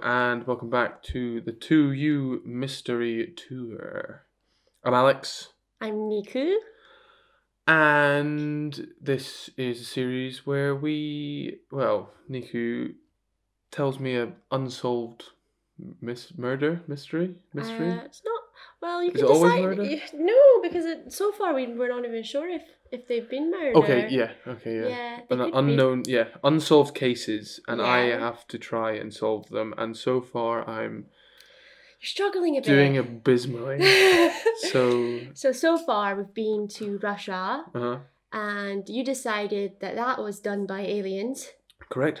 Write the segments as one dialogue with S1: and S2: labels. S1: welcome back to the 2U Mystery Tour. I'm Alex,
S2: I'm Niku.
S1: and this is a series where we, well, Niku tells me a unsolved mis- murder, mystery, mystery.
S2: Uh, it's not. Well, you
S1: Is
S2: can
S1: it always
S2: decide.
S1: murder?
S2: you- no, because it, so far we we're not even sure if if they've been murdered.
S1: okay, yeah, okay, yeah.
S2: Yeah. they
S1: An
S2: could be.
S1: unknown, yeah, unsolved cases, and I
S2: Yeah.
S1: have to try and solve them. And so far, I'm
S2: You're struggling a bit.
S1: doing abysmally. so,
S2: so so far we've been to Russia,
S1: uh huh,
S2: and you decided that that was done by aliens.
S1: correct.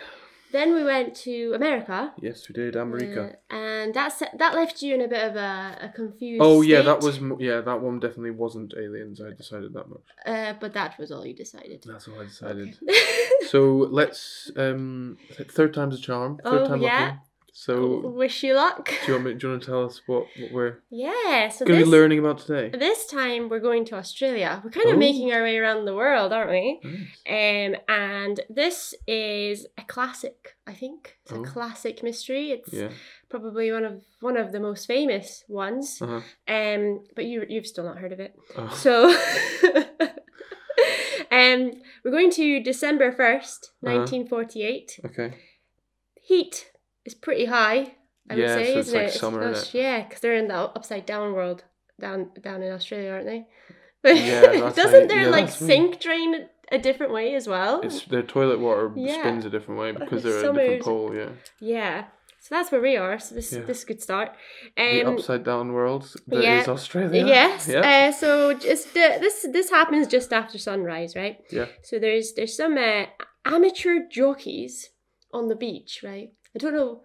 S2: Then we went to America.
S1: Yes, we did, America.
S2: uh, and that's that left you in a bit of a, a confused.
S1: Oh yeah, that
S2: state,
S1: was m- yeah, that one definitely wasn't aliens. I decided that much.
S2: Uh, but that was all you decided.
S1: That's all I decided.
S2: Okay.
S1: so let's um, th- third time's a charm. Third
S2: Oh,
S1: time
S2: yeah.
S1: lucky. So
S2: Wish you luck.
S1: do you want me, do you want to tell us what, what we're
S2: Yeah, so
S1: going to
S2: this,
S1: be learning about today?
S2: this time we're going to Australia. We're kind of
S1: Oh.
S2: making our way around the world, aren't we?
S1: Nice.
S2: Um, and this is a classic, I think. It's
S1: Oh.
S2: a classic mystery. It's
S1: Yeah.
S2: probably one of one of the most famous ones.
S1: Uh-huh.
S2: Um, but you you've still not heard of it.
S1: Oh.
S2: So um, we're going to December 1st,
S1: Uh-huh.
S2: 1948.
S1: okay.
S2: Heat is pretty high. I
S1: Yeah,
S2: would say,
S1: so it's
S2: isn't
S1: like
S2: it?
S1: summer,
S2: Aus-
S1: innit?
S2: yeah, because they're in the upside down world down down in Australia, aren't they?
S1: Yeah, that's
S2: doesn't
S1: right.
S2: their
S1: Yeah,
S2: like
S1: that's right.
S2: sink drain a different way as well?
S1: It's their toilet water
S2: Yeah.
S1: spins a different way because
S2: It's
S1: they're at a
S2: summer,
S1: different
S2: is-
S1: pole. Yeah.
S2: Yeah, so that's where we are. So this
S1: Yeah.
S2: this could start.
S1: the
S2: Um,
S1: upside down world that
S2: yeah.
S1: is Australia.
S2: Yes.
S1: Yeah.
S2: Uh, so just uh, this this happens just after sunrise, right?
S1: Yeah.
S2: So there's there's some uh, amateur jockeys on the beach, right? I don't know.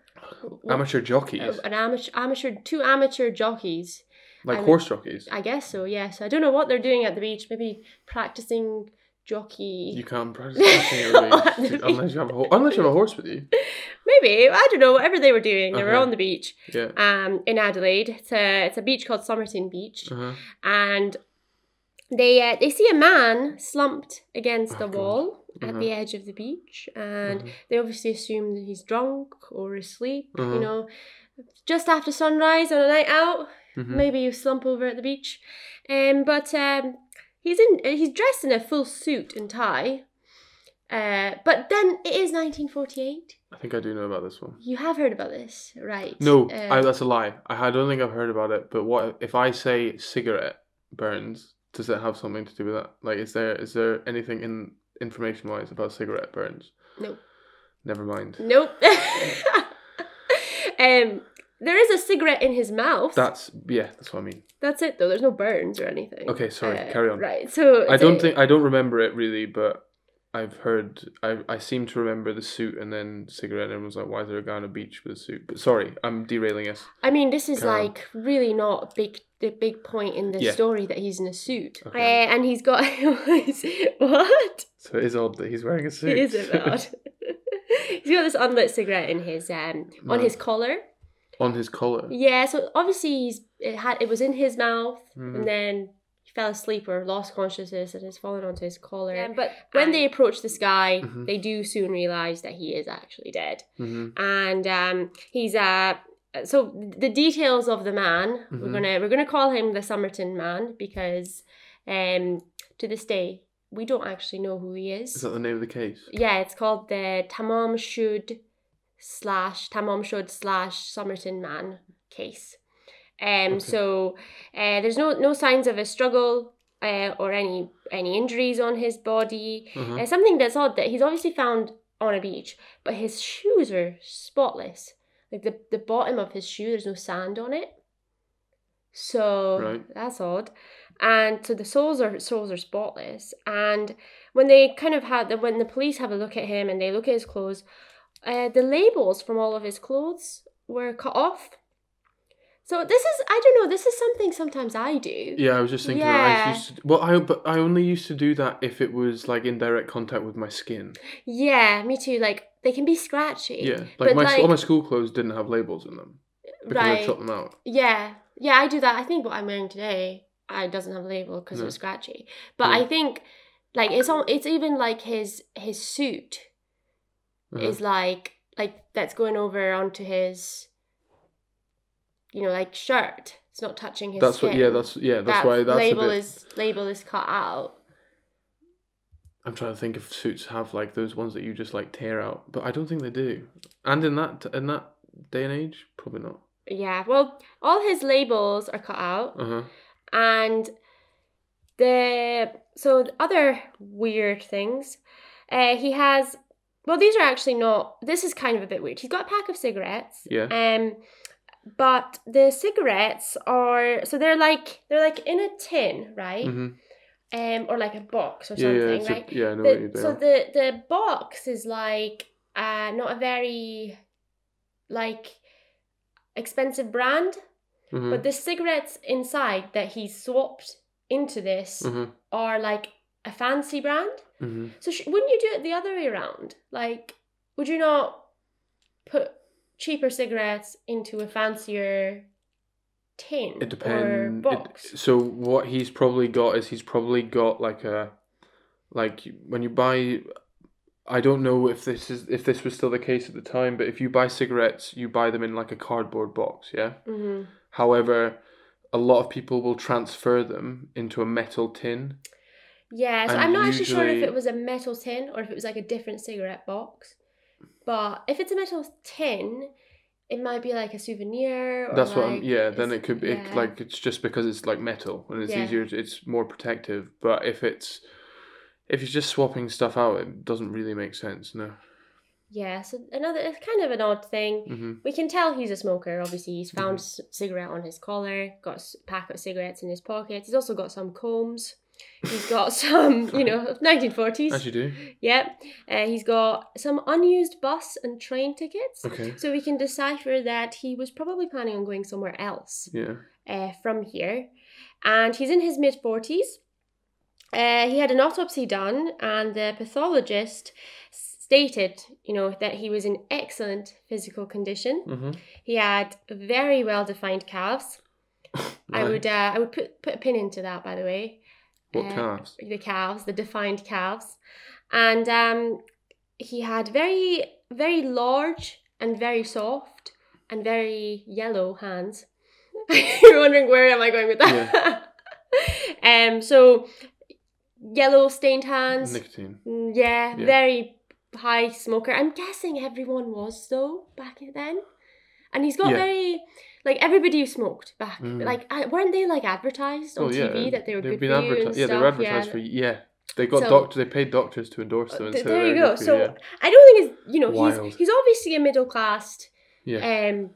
S2: what-
S1: Amateur jockeys,
S2: uh, an amateur, amateur, two amateur jockeys
S1: like
S2: I'm-
S1: horse jockeys.
S2: I guess so, yes. I don't know what they're doing at the beach. Maybe practicing
S1: You
S2: jockey.
S1: can't practice watching it really,
S2: At the
S1: unless you have a ho- unless you have a horse with you.
S2: Maybe. I don't know. Whatever they were doing, they were
S1: Uh-huh.
S2: on the beach
S1: Yeah.
S2: um, in Adelaide. It's a, it's a beach called Somerton Beach.
S1: Uh-huh.
S2: And they, uh, they see a man slumped against
S1: Oh,
S2: the
S1: God.
S2: wall at
S1: Uh-huh.
S2: the edge of the beach. And
S1: Uh-huh.
S2: they obviously assume that he's drunk or asleep,
S1: Uh-huh.
S2: you know. Just after sunrise on a night out,
S1: Mhm.
S2: Maybe you slump over at the beach. Um, but um, he's in he's dressed in a full suit and tie. Uh, but then it is 1948.
S1: I think I do know about this one.
S2: You have heard about this, right?
S1: No,
S2: Uh,
S1: I, that's a lie. I, I don't think I've heard about it. But what if I say cigarette burns? Does it have something to do with that? Like, is there is there anything in information wise about cigarette burns?
S2: No.
S1: Never mind.
S2: Nope. um, there is a cigarette in his mouth.
S1: That's yeah. That's what I mean.
S2: That's it though. There's no burns or anything.
S1: Okay, sorry.
S2: Uh,
S1: carry on.
S2: Right. So
S1: I don't
S2: so-
S1: think I don't remember it really, but I've heard I I seem to remember the suit and then cigarette. And everyone's like, why is there a guy on a beach with a suit? But sorry, I'm derailing us.
S2: I mean, this is
S1: Carry on.
S2: like really not a big the big point in the
S1: Yeah.
S2: story that he's in a suit.
S1: Okay.
S2: Uh, and he's got what?
S1: So it is odd that he's wearing a suit.
S2: It is a bad. He's got this unlit cigarette in his um on
S1: No.
S2: his collar.
S1: on his collar.
S2: Yeah, so obviously he's it had it was in his mouth
S1: Mhm.
S2: and then he fell asleep or lost consciousness and has fallen onto his collar.
S3: but
S2: when they approach this guy,
S1: Mhm.
S2: they do soon realize that he is actually dead.
S1: Mhm.
S2: And um he's uh so the details of the man, we're
S1: Mhm.
S2: gonna we're gonna call him the Somerton man because um to this day we don't actually know who he
S1: Is that the name of the case?
S2: yeah, it's called the Tamam Shud slash Tamam Shud slash Somerton Man case. Um,
S1: Okay.
S2: so uh, there's no no signs of a struggle uh, or any any injuries on his body.
S1: Uh-huh.
S2: Uh, something that's odd that he's obviously found on a beach, but his shoes are spotless. Like the the bottom of his shoe, there's no sand on it. So
S1: Right.
S2: that's odd. And so the soles are soles are spotless. And when they kind of had the, when the police have a look at him and they look at his clothes, uh, the labels from all of his clothes were cut off. So this is I don't know. This is something sometimes I do.
S1: Yeah, I was just thinking. I
S2: Yeah.
S1: used to, well, I but I only used to do that if it was like in direct contact with my skin.
S2: Yeah, me too. Like they can be scratchy.
S1: Yeah, like
S2: But,
S1: my all
S2: like-
S1: my school clothes didn't have labels in them because I
S2: right.
S1: chopped them out.
S2: Yeah, yeah, I do that. I think what I'm wearing today, I doesn't have a label because
S1: No.
S2: it was scratchy. But
S1: Mm. Yeah.
S2: I think, like, it's all, it's even like his his suit
S1: Uh-huh.
S2: is like like that's going over onto his you know, like shirt. It's not touching his
S1: That's
S2: skin.
S1: what. Yeah, that's yeah. That's
S2: that
S1: why that's
S2: label
S1: a bit.
S2: is label is cut out.
S1: I'm trying to think if suits have like those ones that you just like tear out, but I don't think they do. And in that in that day and age, probably not.
S2: Yeah, well, all his labels are cut out,
S1: Uh huh.
S2: and the so the other weird things, uh, he has. Well, these are actually not. This is kind of a bit weird. He's got a pack of cigarettes,
S1: Yeah.
S2: um, but the cigarettes are so they're like they're like in a tin, right?
S1: hmm
S2: Um, or like a box or
S1: Yeah, yeah,
S2: something,
S1: it's
S2: right?
S1: a, yeah. I know what
S2: the,
S1: you're doing.
S2: so the the box is like uh not a very like expensive brand
S1: Mhm,
S2: but the cigarettes inside that he swapped into this
S1: mhm,
S2: are like a fancy brand
S1: mhm.
S2: so sh- wouldn't you do it the other way around like would you not put cheaper cigarettes into a fancier tin
S1: It
S2: or
S1: depends.
S2: box
S1: so what he's probably got is he's probably got like a, like when you buy, I don't know if this is if this was still the case at the time, but if you buy cigarettes, you buy them in like a cardboard box, yeah.
S2: hmm
S1: However, a lot of people will transfer them into a metal tin.
S2: Yeah, so
S1: And
S2: I'm not actually sure if
S1: usually-
S2: it was a metal tin or if it was like a different cigarette box. But if it's a metal tin, it might be like a souvenir. Or
S1: That's what
S2: Oh, like
S1: I'm. Yeah, then it
S2: it's-
S1: could be it,
S2: yeah.
S1: like it's just because it's like metal and it's
S2: Yeah.
S1: easier. It's more protective. But if it's if you're just swapping stuff out, it doesn't really make sense. No.
S2: Yeah, so another it's kind of an odd thing.
S1: hmm
S2: We can tell he's a smoker. Obviously, he's found
S1: Mhm.
S2: s cigarette on his collar. Got a s- pack of cigarettes in his pocket. He's also got some combs. He's got some, you know, 1940s.
S1: As you do.
S2: Yep. Uh, he's got some unused bus and train tickets.
S1: Okay.
S2: So we can decipher that he was probably planning on going somewhere else
S1: Yeah.
S2: uh, from here. And he's in his mid 40s. Uh, he had an autopsy done, and the pathologist stated, you know, that he was in excellent physical condition.
S1: Mm-hmm.
S2: He had very well defined calves. I would, uh, I would put put a pin into that, by the way
S1: What
S2: uh,
S1: calves?
S2: the calves, the defined calves. And um, he had very, very large and very soft and very yellow hands. You're wondering where am I going with that? um, so yellow stained hands.
S1: Nicotine.
S2: Mm, yeah,
S1: Yeah.
S2: very high smoker. I'm guessing everyone was though back then, and he's got
S1: Yeah.
S2: very like everybody who smoked back.
S1: Mm.
S2: Like uh, weren't they like advertised on
S1: oh yeah.
S2: TV that they were
S1: they've
S2: good
S1: been
S2: for you
S1: adverti-
S2: and
S1: Yeah,
S2: stuff?
S1: they were advertised for. Yeah, they got
S2: So- Uh,
S1: doctor. They paid doctors to endorse them. And
S2: Th-
S1: say
S2: there you
S1: they're
S2: go.
S1: good for
S2: So I don't think it's you know
S1: Wild.
S2: he's he's obviously a middle class
S1: yeah. yeah.
S2: um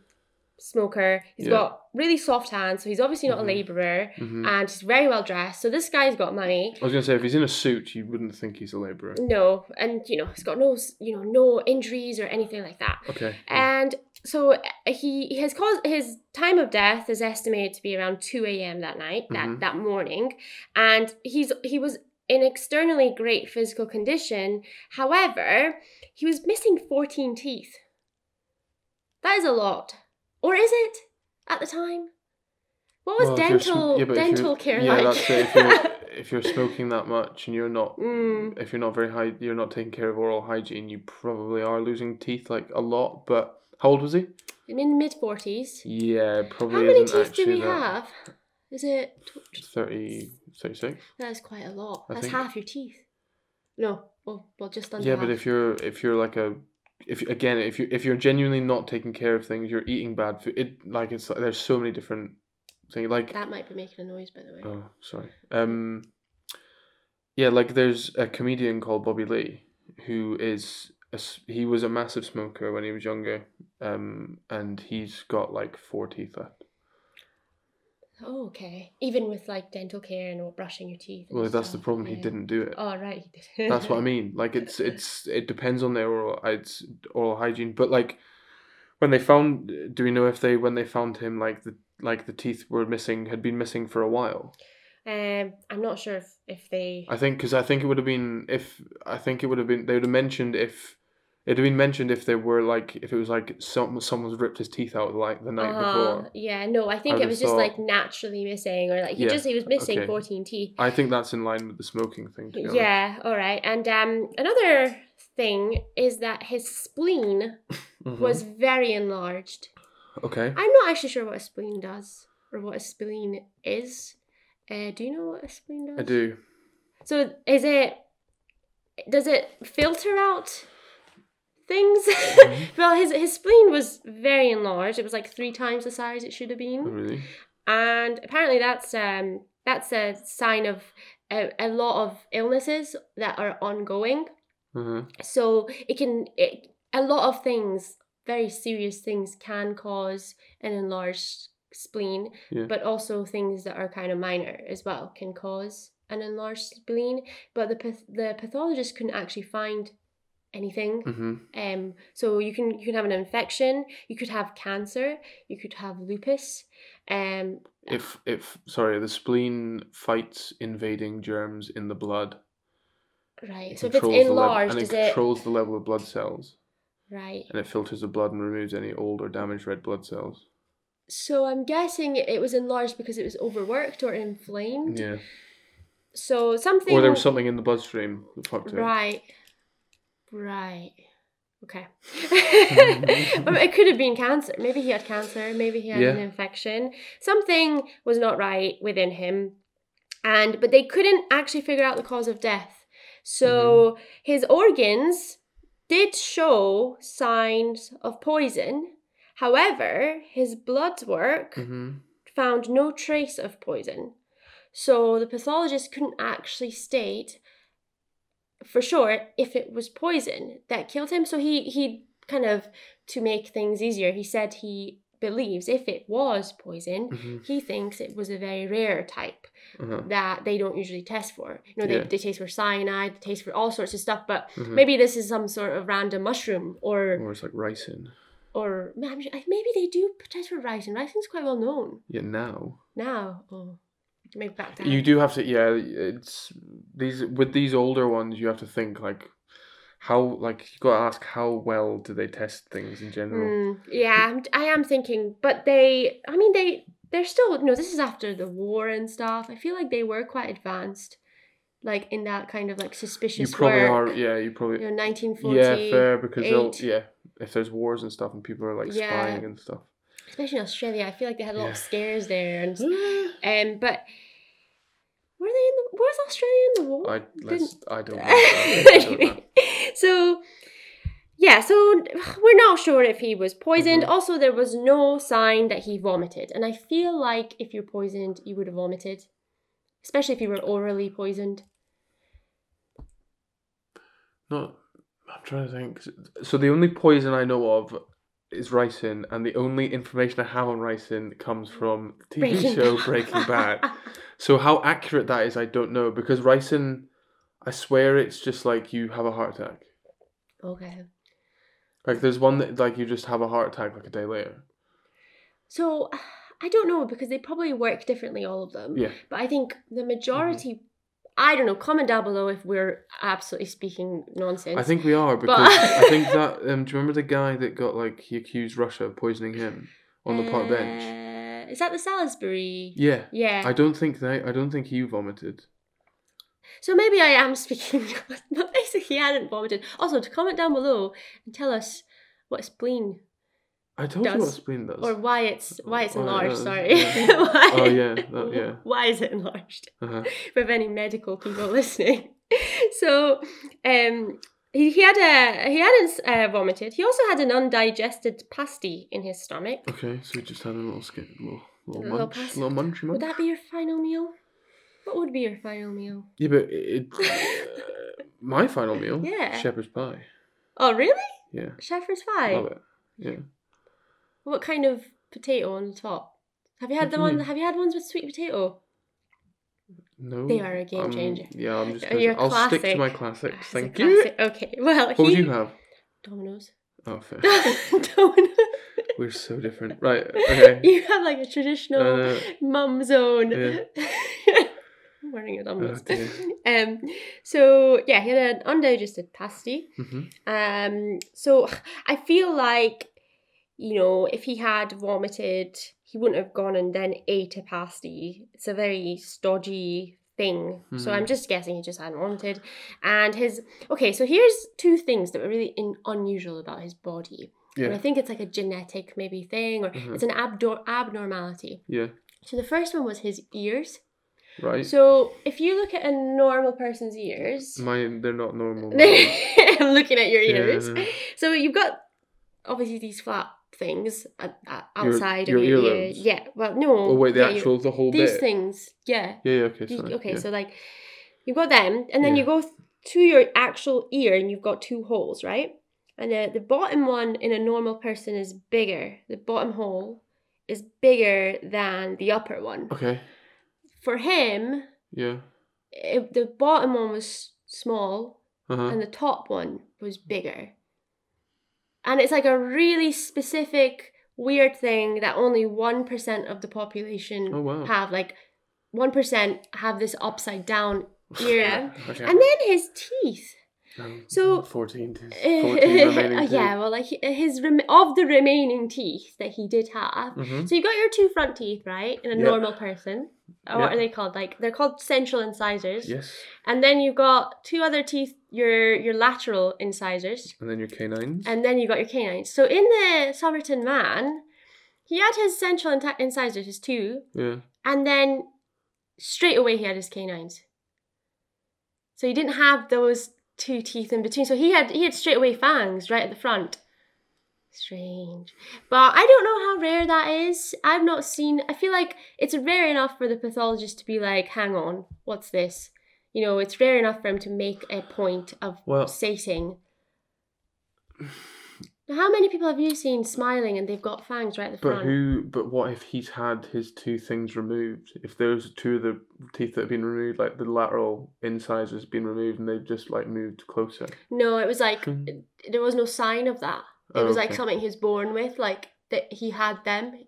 S2: smoker. He's
S1: Yeah.
S2: got really soft hands, so he's obviously not
S1: Mhm.
S2: a labourer,
S1: Mhm.
S2: and he's very well dressed. So this guy's got money.
S1: I was gonna say if he's in a suit, you wouldn't think he's a labourer.
S2: No, and you know he's got no s- you know no injuries or anything like that.
S1: Okay.
S2: And so uh, he his cause his time of death is estimated to be around two a.m. that night
S1: Mhm.
S2: that that morning, and he's he was in externally great physical condition. However, he was missing fourteen teeth. That is a lot, or is it at the time? What was
S1: Well, if you're sm-
S2: dental
S1: yeah, but if you're-
S2: dental care
S1: yeah,
S2: like?
S1: that's it. If you're, if you're smoking that much and you're not,
S2: Mm.
S1: if you're not very high, you're not taking care of oral hygiene. You probably are losing teeth like a lot. But how old was he?
S2: I'm in mid forties.
S1: Yeah, probably.
S2: How many
S1: isn't
S2: teeth do
S1: actually
S2: we
S1: that.
S2: have? Is it
S1: Thirty, thirty-six.
S2: That's quite a lot.
S1: I
S2: That's
S1: think-
S2: half your teeth. No, well, well just under.
S1: Yeah, but
S2: half.
S1: if you're if you're like a if you- again if you if you're genuinely not taking care of things, you're eating bad food. It like it's like there's so many different things like
S2: that might be making a noise, by the way.
S1: Oh, sorry. Um, yeah, like there's a comedian called Bobby Lee who is a s he was a massive smoker when he was younger, um, and he's got like four teeth left.
S2: Oh, okay. Even with like dental care and all brushing your teeth. and
S1: Well, that's the
S2: stuff,
S1: problem. He
S2: yeah.
S1: didn't do it.
S2: Oh right, he did.
S1: That's what I mean. Like it's it's it depends on their oral uh, it's oral hygiene, but like when they found, do we know if they when they found him like the like the teeth were missing had been missing for a while?
S2: Um, I'm not sure if, if they.
S1: I think because I think it would have been if I think it would have been they would have mentioned if it'd have been mentioned if there were like if it was like some someone's ripped his teeth out like the night
S2: Uh-huh.
S1: before.
S2: Yeah, no, I think
S1: I
S2: it
S1: would've
S2: was just
S1: thought-
S2: like naturally missing, or like he
S1: Yeah,
S2: just he was missing
S1: okay.
S2: 14 teeth.
S1: I think that's in line with the smoking thing. To be honest.
S2: Yeah, all right. And um, another thing is that his spleen
S1: Mhm.
S2: Mm-hmm. was very enlarged.
S1: Okay.
S2: I'm not actually sure what a spleen does or what a spleen is. Uh, do you know what a spleen does?
S1: I do.
S2: So is it does it filter out things? well, his his spleen was very enlarged. It was like three times the size it should have
S1: Oh,
S2: been,
S1: Really?
S2: and apparently that's um that's a sign of a, a lot of illnesses that are ongoing.
S1: Uh-huh.
S2: So it can it, a lot of things, very serious things, can cause an enlarged spleen,
S1: Yeah.
S2: but also things that are kind of minor as well can cause an enlarged spleen. But the path- the pathologist couldn't actually find anything.
S1: Mm-hmm.
S2: Um, so you can you can have an infection, you could have cancer, you could have lupus. Um,
S1: If if sorry, the spleen fights invading germs in the blood.
S2: right.
S1: It
S2: So if it's
S1: controls the lev-
S2: enlarged,
S1: and
S2: is
S1: it
S2: it
S1: controls the level of blood cells,
S2: right?
S1: and it filters the blood and removes any old or damaged red blood cells.
S2: So I'm guessing it was enlarged because it was overworked or inflamed.
S1: Yeah.
S2: So something.
S1: Or there was something in the bloodstream that fucked it.
S2: Right. Right. Okay. Or it could have been cancer. Maybe he had cancer. Maybe he had an
S1: Mm-hmm. Yeah.
S2: infection. Something was not right within him, and but they couldn't actually figure out the cause of death. So
S1: Mm-hmm.
S2: his organs did show signs of poison. However, his blood work
S1: Mm-hmm.
S2: found no trace of poison. So the pathologist couldn't actually state for sure if it was poison that killed him. So he he kind of to make things easier, he said he believes if it was poison,
S1: Mm-hmm.
S2: he thinks it was a very rare type
S1: Uh-huh.
S2: that they don't usually test for. You know, they,
S1: Yeah.
S2: they taste for cyanide, they taste for all sorts of stuff, but
S1: Mhm.
S2: maybe this is some sort of random mushroom or
S1: Or it's like ricin.
S2: or I'm sure- maybe they do test for ricin. Ricin's quite well known
S1: Yeah, now.
S2: now or maybe back Oh. down.
S1: You do have to, yeah. It's these with these older ones. You have to think like how, like you got to ask how well do they test things in general.
S2: Mm, yeah, I'm, I am thinking, but they, I mean, they, they're still, you know, this is after the war and stuff. I feel like they were quite advanced, like in that kind of like
S1: you
S2: suspicious
S1: probably
S2: work.
S1: are, yeah. You
S2: You
S1: probably,
S2: know, 1940,
S1: yeah, fair because they'll,
S2: eight.
S1: yeah. If there's wars and stuff and people are like
S2: Yeah.
S1: spying and stuff.
S2: especially in Australia. I feel like they had a lot of
S1: Yeah.
S2: scares there, and um, but were they in the? Was Australia in the war?
S1: I let's, I don't. know. I don't know.
S2: so yeah so we're not sure if he was poisoned
S1: Mhm.
S2: also there was no sign that he vomited and i feel like if you're poisoned you would have vomited especially if you were orally poisoned
S1: Not. I'm trying to think. So the only poison I know of is ricin, and the only information I have on ricin comes from TV show Breaking Bad. So how accurate that is, I don't know because ricin, I swear it's just like you have a heart attack.
S2: okay
S1: Like there's one that like you just have a heart attack like a day later.
S2: so i don't know because they probably work differently all of them
S1: Yeah. Mm-hmm.
S2: but i think the majority i don't know comment down below if we're absolutely speaking nonsense
S1: I think we are because I think that um, do you remember the guy that got like he accused Russia of poisoning him on the park bench?
S2: Uh, is that the salisbury
S1: Yeah.
S2: yeah
S1: I don't think they I don't think he vomited.
S2: So maybe I am speaking, but basically I hadn't vomited. Also, to comment down below and tell us what spleen
S1: I told you what
S2: Does-
S1: spleen does.
S2: or why it's why it's
S1: Why it
S2: enlarged.
S1: is,
S2: sorry.
S1: Oh, yeah.
S2: why,
S1: Oh, yeah, that- yeah.
S2: Why is it enlarged?
S1: uh-huh.
S2: If we have any medical people listening, so um. He, he had a he hadn't uh, vomited. He also had an undigested pasty in his stomach.
S1: Okay, so we just had a little skip, little little
S2: Little
S1: munch,
S2: pass-
S1: little munchy munch.
S2: Would that be your final meal? What would be your final meal?
S1: Yeah, but it, uh, my final meal.
S2: Yeah.
S1: Shepherd's pie.
S2: Oh really?
S1: Yeah.
S2: Shepherd's
S1: I
S2: pie.
S1: Love it. Yeah.
S2: What kind of potato on the top? Have you
S1: What
S2: had
S1: do
S2: the
S1: you
S2: one?
S1: mean?
S2: Have you had ones with sweet potato?
S1: No.
S2: They are a game
S1: I'm-
S2: changer.
S1: Yeah, I'm just.
S2: Uh,
S1: Gonna,
S2: you're
S1: I'll stick
S2: classic.
S1: to my
S2: Ah,
S1: classics.
S2: it's a
S1: Thank you.
S2: classic. Okay. Well,
S1: What would
S2: he-
S1: you have?
S2: Dominoes.
S1: Oh, fair.
S2: Dominoes.
S1: We're so different. Right. Okay.
S2: You have like a traditional
S1: Uh,
S2: mum zone.
S1: Yeah.
S2: I'm wearing a
S1: oh,
S2: Dominoes.
S1: dear.
S2: um. So yeah, he had an undigested pasty.
S1: Mhm.
S2: Um, so I feel like, you know, if he had vomited, he wouldn't have gone and then ate a pasty. It's a very stodgy thing. So
S1: Mhm.
S2: I'm just guessing he just hadn't vomited. And his okay, so here's two things that were really in, unusual about his body. And I
S1: Yeah.
S2: think it's like a genetic maybe thing or
S1: Mhm.
S2: it's an abdor- abnormality.
S1: Yeah.
S2: So the first one was his ears.
S1: Right.
S2: So if you look at a normal person's ears,
S1: Mine, they're not normal.
S2: I'm looking at your ears.
S1: Yeah.
S2: So you've got obviously these flat things at, at,
S1: Your-
S2: outside
S1: your
S2: of your ear.
S1: earlobes?
S2: Yeah. Well, no.
S1: Oh wait, the
S2: yeah, your-
S1: actual, the whole
S2: these
S1: bit.
S2: things. Yeah.
S1: Yeah. Yeah. Okay.
S2: You-
S1: Sorry.
S2: okay,
S1: yeah.
S2: so like you got them, and then you go th- to your actual ear, and you've got two holes, right? And the, the bottom one in a normal person is bigger. The bottom hole is bigger than the upper one.
S1: Okay.
S2: For him,
S1: Yeah.
S2: it, the bottom one was small,
S1: Uh huh.
S2: and the top one was bigger. And it's like a really specific, weird thing that only 1% of the population
S1: Oh wow.
S2: have. Like, 1% have this upside down ear.
S1: Yeah. okay.
S2: And then his teeth.
S1: Um,
S2: so-
S1: fourteen. to- Fourteen remaining.
S2: yeah, well, like his rem- of the remaining teeth that he did have.
S1: Mm-hmm.
S2: So you got your two front teeth, right? In a
S1: Yeah.
S2: normal person, or what
S1: Yeah.
S2: are they called? Like they're called central incisors.
S1: Yes.
S2: And then you've got two other teeth, your your lateral incisors,
S1: And then your canines.
S2: and then you got your canines. So in the Somerton man, he had his central inti- incisors, his two,
S1: yeah.
S2: and then straight away he had his canines. So he didn't have those two teeth in between. So he had he had straight away fangs right at the front. Strange. But I don't know how rare that is. I've not seen I feel like it's rare enough for the pathologist to be like, hang on, what's this? You know, it's rare enough for him to make a point of
S1: Well-
S2: stating. How many people have you seen smiling and they've got fangs right at the
S1: But
S2: front?
S1: who? But what if he's had his two things removed? If those two of the teeth that have been removed, like the lateral incisors, been removed, and they've just like moved closer.
S2: No, it was like
S1: Hmm.
S2: there was no sign of that. It
S1: Oh,
S2: was like
S1: okay.
S2: something he was born with, like that he had them.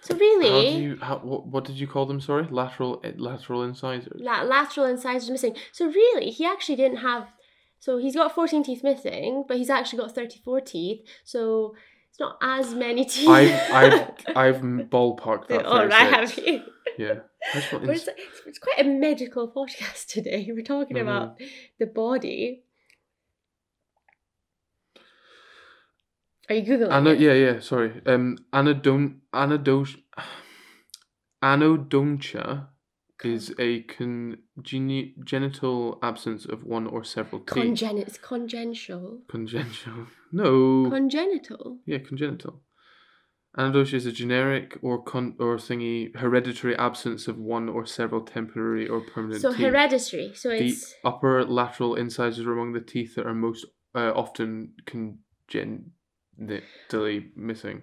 S2: So
S1: How
S2: really,
S1: do you? How, what, what did you call them? Sorry, lateral eh, lateral incisors.
S2: la- lateral incisors missing. So really, he actually didn't have. So he's got fourteen teeth missing, but he's actually got thirty-four teeth. So it's not as many teeth.
S1: I've I've I've ballparked that.
S2: All right, have
S1: 36.
S2: you?
S1: Yeah. I just want
S2: But
S1: ins-
S2: it's, it's quite a medical podcast today. We're talking
S1: Mhm.
S2: about the body. Are you googling?
S1: Ano-
S2: it?
S1: yeah, yeah, sorry. Um, anodon- anodos- anodontia is a congenital absence of one or several teeth.
S2: Congen- it's congenital.
S1: Congenital. No.
S2: Congenital.
S1: yeah, congenital. Anodontia is a generic or con- or thingy hereditary absence of one or several temporary or permanent
S2: So
S1: teeth.
S2: hereditary. So
S1: the
S2: it's
S1: upper lateral incisors are among the teeth that are most uh, often congenitally missing.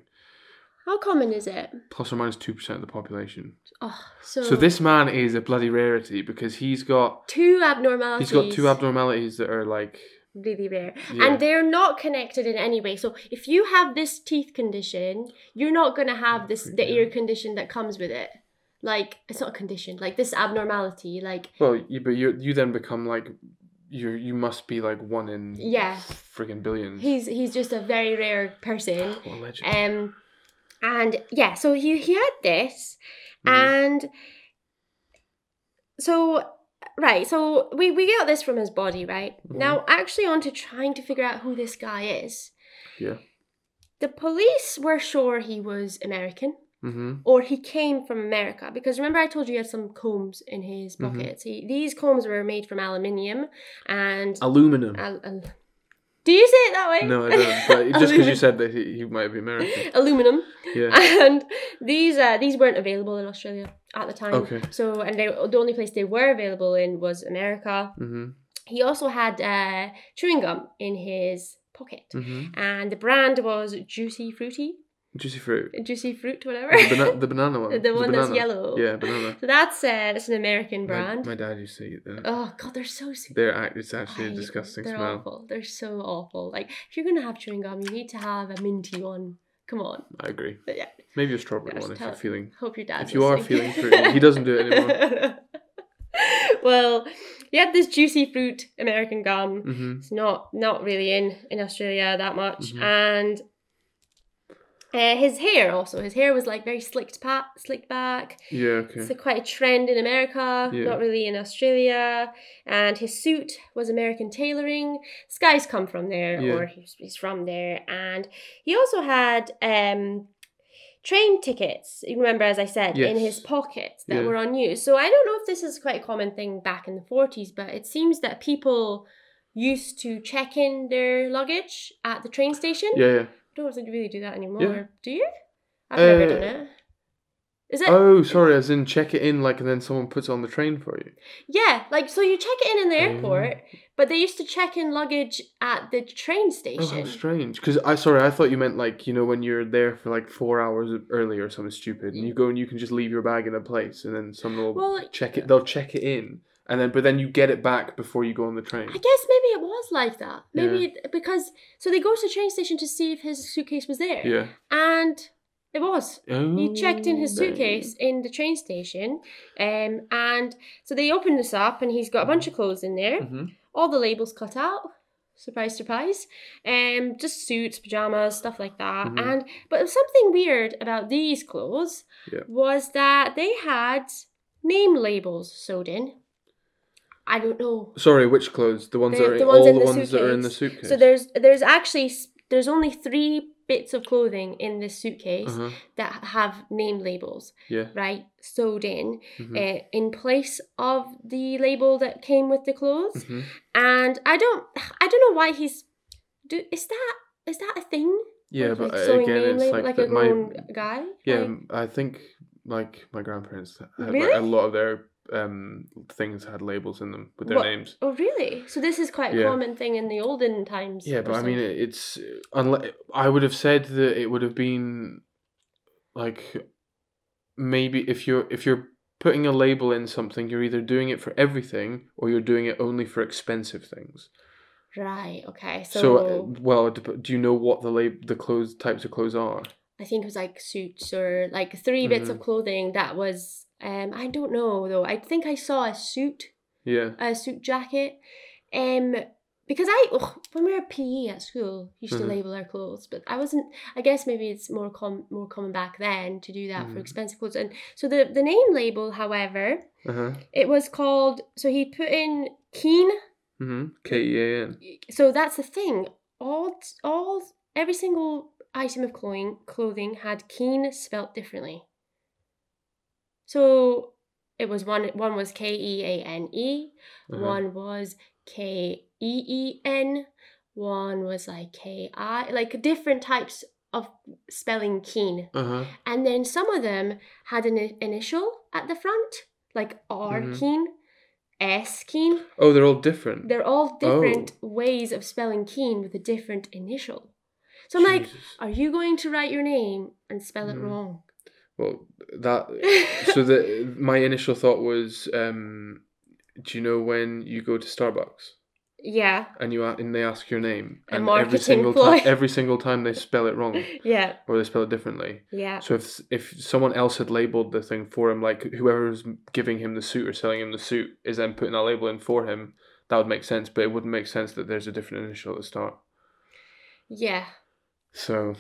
S2: how common is it?
S1: plus or minus two percent of the population.
S2: Oh, so,
S1: So this man is a bloody rarity because he's got
S2: two abnormalities.
S1: he's got two abnormalities that are like
S2: really rare,
S1: yeah,
S2: and they're not connected in any way. So if you have this teeth condition, you're not gonna have this the ear condition that comes with it. Like it's not a condition. Like this abnormality. Like
S1: well, you, but you you then become like you you must be like one in
S2: Yeah.
S1: friggin' billions. Oh,
S2: he's he's just a very rare person.
S1: what a legend.
S2: Um, and yeah, so he he had this,
S1: Mhm.
S2: and so right, so we we got this from his body, right?
S1: Mm-hmm.
S2: Now, actually, on to trying to figure out who this guy is.
S1: Yeah.
S2: The police were sure he was American
S1: mm-hmm.
S2: or he came from America because remember I told you he had some combs in his
S1: Mhm.
S2: pockets. He, these combs were made from aluminium and
S1: Aluminum.
S2: al- al- Do you say it that way?
S1: no, I don't. But just because you said that he, he might be American,
S2: aluminum
S1: yeah.
S2: and these uh, these weren't available in Australia at the time.
S1: Okay.
S2: So and they, the only place they were available in was America.
S1: Mm-hmm.
S2: He also had uh, chewing gum in his pocket,
S1: Mm-hmm.
S2: and the brand was Juicy Fruity,
S1: Juicy fruit.
S2: Juicy Fruit, whatever.
S1: The, bana- Mm. the banana one.
S2: The one that's
S1: banana.
S2: yellow.
S1: Yeah, banana.
S2: So that's uh, it's an American
S1: My-
S2: brand.
S1: My, dad used to eat that.
S2: Oh god, they're so sweet.
S1: They're act. It's actually
S2: I
S1: a
S2: hate them.
S1: disgusting
S2: they're
S1: smell.
S2: awful. They're so awful. Like if you're gonna have chewing gum, you need to have a minty one. Come on.
S1: I agree.
S2: But yeah,
S1: Maybe a strawberry
S2: Gosh,
S1: one if
S2: tell-
S1: you're feeling.
S2: hope your dad.
S1: If you are feeling fruity, he doesn't do it
S2: anymore. well, he had this juicy fruit American gum.
S1: hmm Mm-hmm.
S2: It's not not really in in Australia that much,
S1: Mhm.
S2: and Uh, his hair also. His hair was like very slicked, pat, slicked back.
S1: Yeah. Okay.
S2: It's a, quite a trend in America,
S1: Yeah.
S2: not really in Australia. And his suit was American tailoring. This guy's come from there,
S1: Yeah.
S2: or he's, he's from there. And he also had um, train tickets, you remember, as I said, in his
S1: Yes.
S2: pockets that
S1: Yeah.
S2: were unused. So I don't know if this is quite a common thing back in the 40s, but it seems that people used to check in their luggage at the train station.
S1: Yeah. yeah.
S2: don't really do that anymore,
S1: Yeah.
S2: do you? I've never
S1: Uh,
S2: done it. Is it?
S1: Oh, sorry. As in, check it in, like, and then someone puts it on the train for you.
S2: Yeah, like so you check it in in the
S1: Oh.
S2: airport, but they used to check in luggage at the train
S1: Oh, how
S2: station.
S1: strange. Because I sorry, I thought you meant like you know when you're there for like four hours early or something stupid, and you go and you can just leave your bag in a place, and then someone will
S2: well,
S1: check it. They'll check it in, and then but then you get it back before you go on the train.
S2: I guess maybe it was like that. Maybe
S1: Yeah.
S2: it, because so they go to the train station to see if his suitcase was there,
S1: Yeah.
S2: and it was.
S1: Oh,
S2: He checked in his
S1: dang.
S2: suitcase in the train station, um, and so they opened this up, and he's got a bunch of clothes in there.
S1: Mhm.
S2: all the labels cut out. Surprise, surprise. Um, just suits, pajamas, stuff like that.
S1: Mhm.
S2: And but something weird about these clothes
S1: Yeah.
S2: was that they had name labels sewed in. I don't know.
S1: Sorry, which clothes? The ones
S2: The-
S1: that are
S2: the
S1: in,
S2: ones
S1: all
S2: in
S1: the
S2: the
S1: ones that are in the suitcase.
S2: So there's there's actually s- there's only three bits of clothing in this suitcase
S1: Uh-huh.
S2: that have name labels,
S1: Yeah.
S2: right, sewed in,
S1: hmm
S2: uh, in place of the label that came with the clothes.
S1: hmm
S2: and I don't I don't know why he's do is that is that a thing?
S1: Yeah,
S2: Like,
S1: but
S2: like
S1: uh,
S2: sewing
S1: again,
S2: name
S1: it's
S2: label-
S1: like,
S2: like a
S1: that my
S2: grown guy.
S1: yeah,
S2: like-
S1: m- I think like my grandparents had like a
S2: Really?
S1: lot of their um things had labels in them with their
S2: What-
S1: names.
S2: oh really? So this is quite a
S1: Yeah.
S2: common thing in the olden times.
S1: Yeah,
S2: or
S1: but I mean,
S2: something.
S1: it- it's unless I would have said that it would have been like maybe if you're if you're putting a label in something, you're either doing it for everything or you're doing it only for expensive things.
S2: right. Okay. So,
S1: So, uh, well, it dep- do you know what the lab- the clothes types of clothes are?
S2: I think it was like suits or like 3 bits
S1: Mm-hmm.
S2: of clothing that was. Um, I don't know though. I think I saw a suit,
S1: Yeah.
S2: a suit jacket, um, because I ugh, when we were PE at school, we used
S1: Mhm.
S2: to label our clothes, but I wasn't. I guess maybe it's more com- more common back then to do that for
S1: Mhm.
S2: expensive clothes. And so the the name label, however,
S1: Uh huh.
S2: it was called. So he put in Keen.
S1: Mm-hmm. K E A N.
S2: So that's the thing. All all every single item of clothing clothing had Keen spelt differently. So it was one one was K E A N E,
S1: Uh-huh.
S2: one was K E E N, one was like K I, like different types of spelling keen.
S1: Uh-huh.
S2: And then some of them had an i- initial at the front, like R
S1: Mhm.
S2: keen, S keen.
S1: Oh, they're all different.
S2: They're all different
S1: Oh.
S2: ways of spelling keen with a different initial. So I'm like,
S1: Jesus.
S2: are you going to write your name and spell it
S1: Mhm.
S2: wrong?
S1: well, that so the my initial thought was um do you know when you go to Starbucks
S2: yeah,
S1: and you a- and they ask your name
S2: A
S1: and every
S2: marketing
S1: single
S2: ploy.
S1: time every single time they spell it wrong
S2: yeah,
S1: or they spell it differently.
S2: yeah.
S1: So if if someone else had labeled the thing for him like whoever's giving him the suit or selling him the suit is then putting that label in for him, that would make sense, but it wouldn't make sense that there's a different initial at the start.
S2: Yeah.
S1: So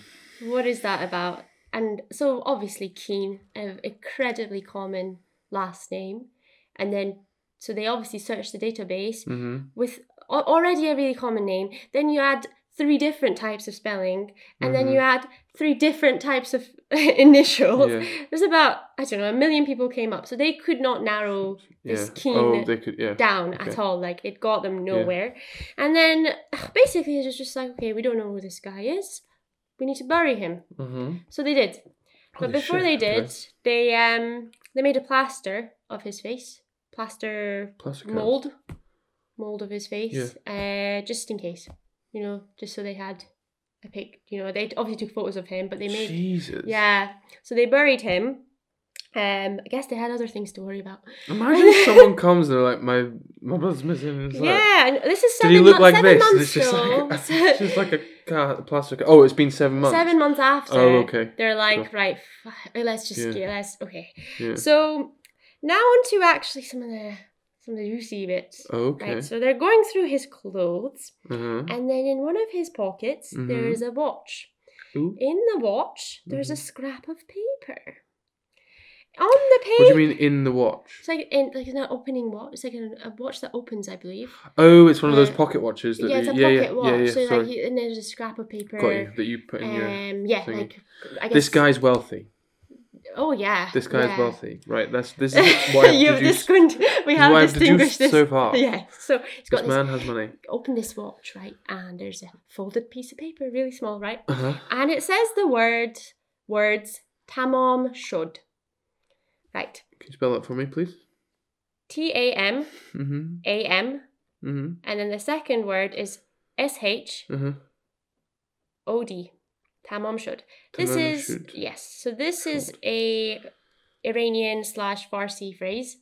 S2: What is that about? And so obviously Keen, an incredibly common last name, and then so they obviously searched the database
S1: hmm
S2: with al- already a really common name. Then you add three different types of spelling, and then
S1: Mhm.
S2: you add three different types of initials.
S1: Mm-hmm. Yeah.
S2: There's about I don't know a million people came up, so they could not narrow
S1: Yeah.
S2: this keen
S1: Oh, they could yeah.
S2: down at
S1: Okay.
S2: all. Like it got them nowhere. And then basically it was just like, okay, we don't know who this guy is. We need to bury him.
S1: Mm-hmm.
S2: So they did. But before they did, they um they made a plaster of his face. Plaster
S1: Plastic
S2: mold. Mold of his face. Uh just in case. You know, just so they had a pic you know, they obviously took photos of him, but they made
S1: Jesus.
S2: Yeah. So they buried him. Um I guess they had other things to worry about.
S1: Imagine if someone comes and they're like, my my brother's missing. and It's like,
S2: Yeah, and this is
S1: Did
S2: seven,
S1: he look
S2: mon-
S1: like
S2: seven
S1: this? And
S2: months
S1: it's just
S2: ago.
S1: like, it's just like a car, plastic. Oh, it's been seven months.
S2: seven months after.
S1: Oh, okay.
S2: They're like,
S1: Cool.
S2: right, f- let's just
S1: Yeah.
S2: get let's okay.
S1: Yeah.
S2: So now on to actually some of the some of the juicy bits.
S1: Oh, Okay.
S2: Right. So they're going through his clothes,
S1: Uh-huh.
S2: and then in one of his pockets
S1: Mhm.
S2: there is a watch.
S1: Ooh.
S2: In the watch, there's a
S1: Mhm.
S2: scrap of paper. On the paper,
S1: What do you mean in the watch?
S2: it's like in like an opening watch. It's like a, a watch that opens, I believe.
S1: Oh, it's one of those
S2: Yeah.
S1: pocket watches. That
S2: Uh, yeah, it's a
S1: you-
S2: pocket
S1: yeah, yeah,
S2: watch.
S1: Yeah, yeah,
S2: so
S1: sorry.
S2: like, you, and there's a scrap of paper.
S1: Got you. That you put in your.
S2: Um, yeah,
S1: thingy.
S2: like I guess
S1: This guy's wealthy.
S2: Oh yeah,
S1: This guy's
S2: yeah.
S1: wealthy. Right. That's this is why I've
S2: You've
S1: deduced-
S2: discount- We
S1: this is
S2: have
S1: why I've
S2: distinguished
S1: deduced
S2: this.
S1: so far.
S2: Yeah, so it's got
S1: This
S2: this.
S1: man has money.
S2: Open this watch, right? And there's a folded piece of paper, really small, right?
S1: Uh-huh.
S2: And it says the word words tamam shud. Right.
S1: Can you spell that for me, please?
S2: T A M
S1: Mm-hmm.
S2: A M
S1: Mm-hmm.
S2: and then the second word is S H
S1: Uh-huh.
S2: O D. Tamam shud. This
S1: Tamam
S2: is
S1: shud.
S2: yes. So this is a Iranian slash Farsi phrase,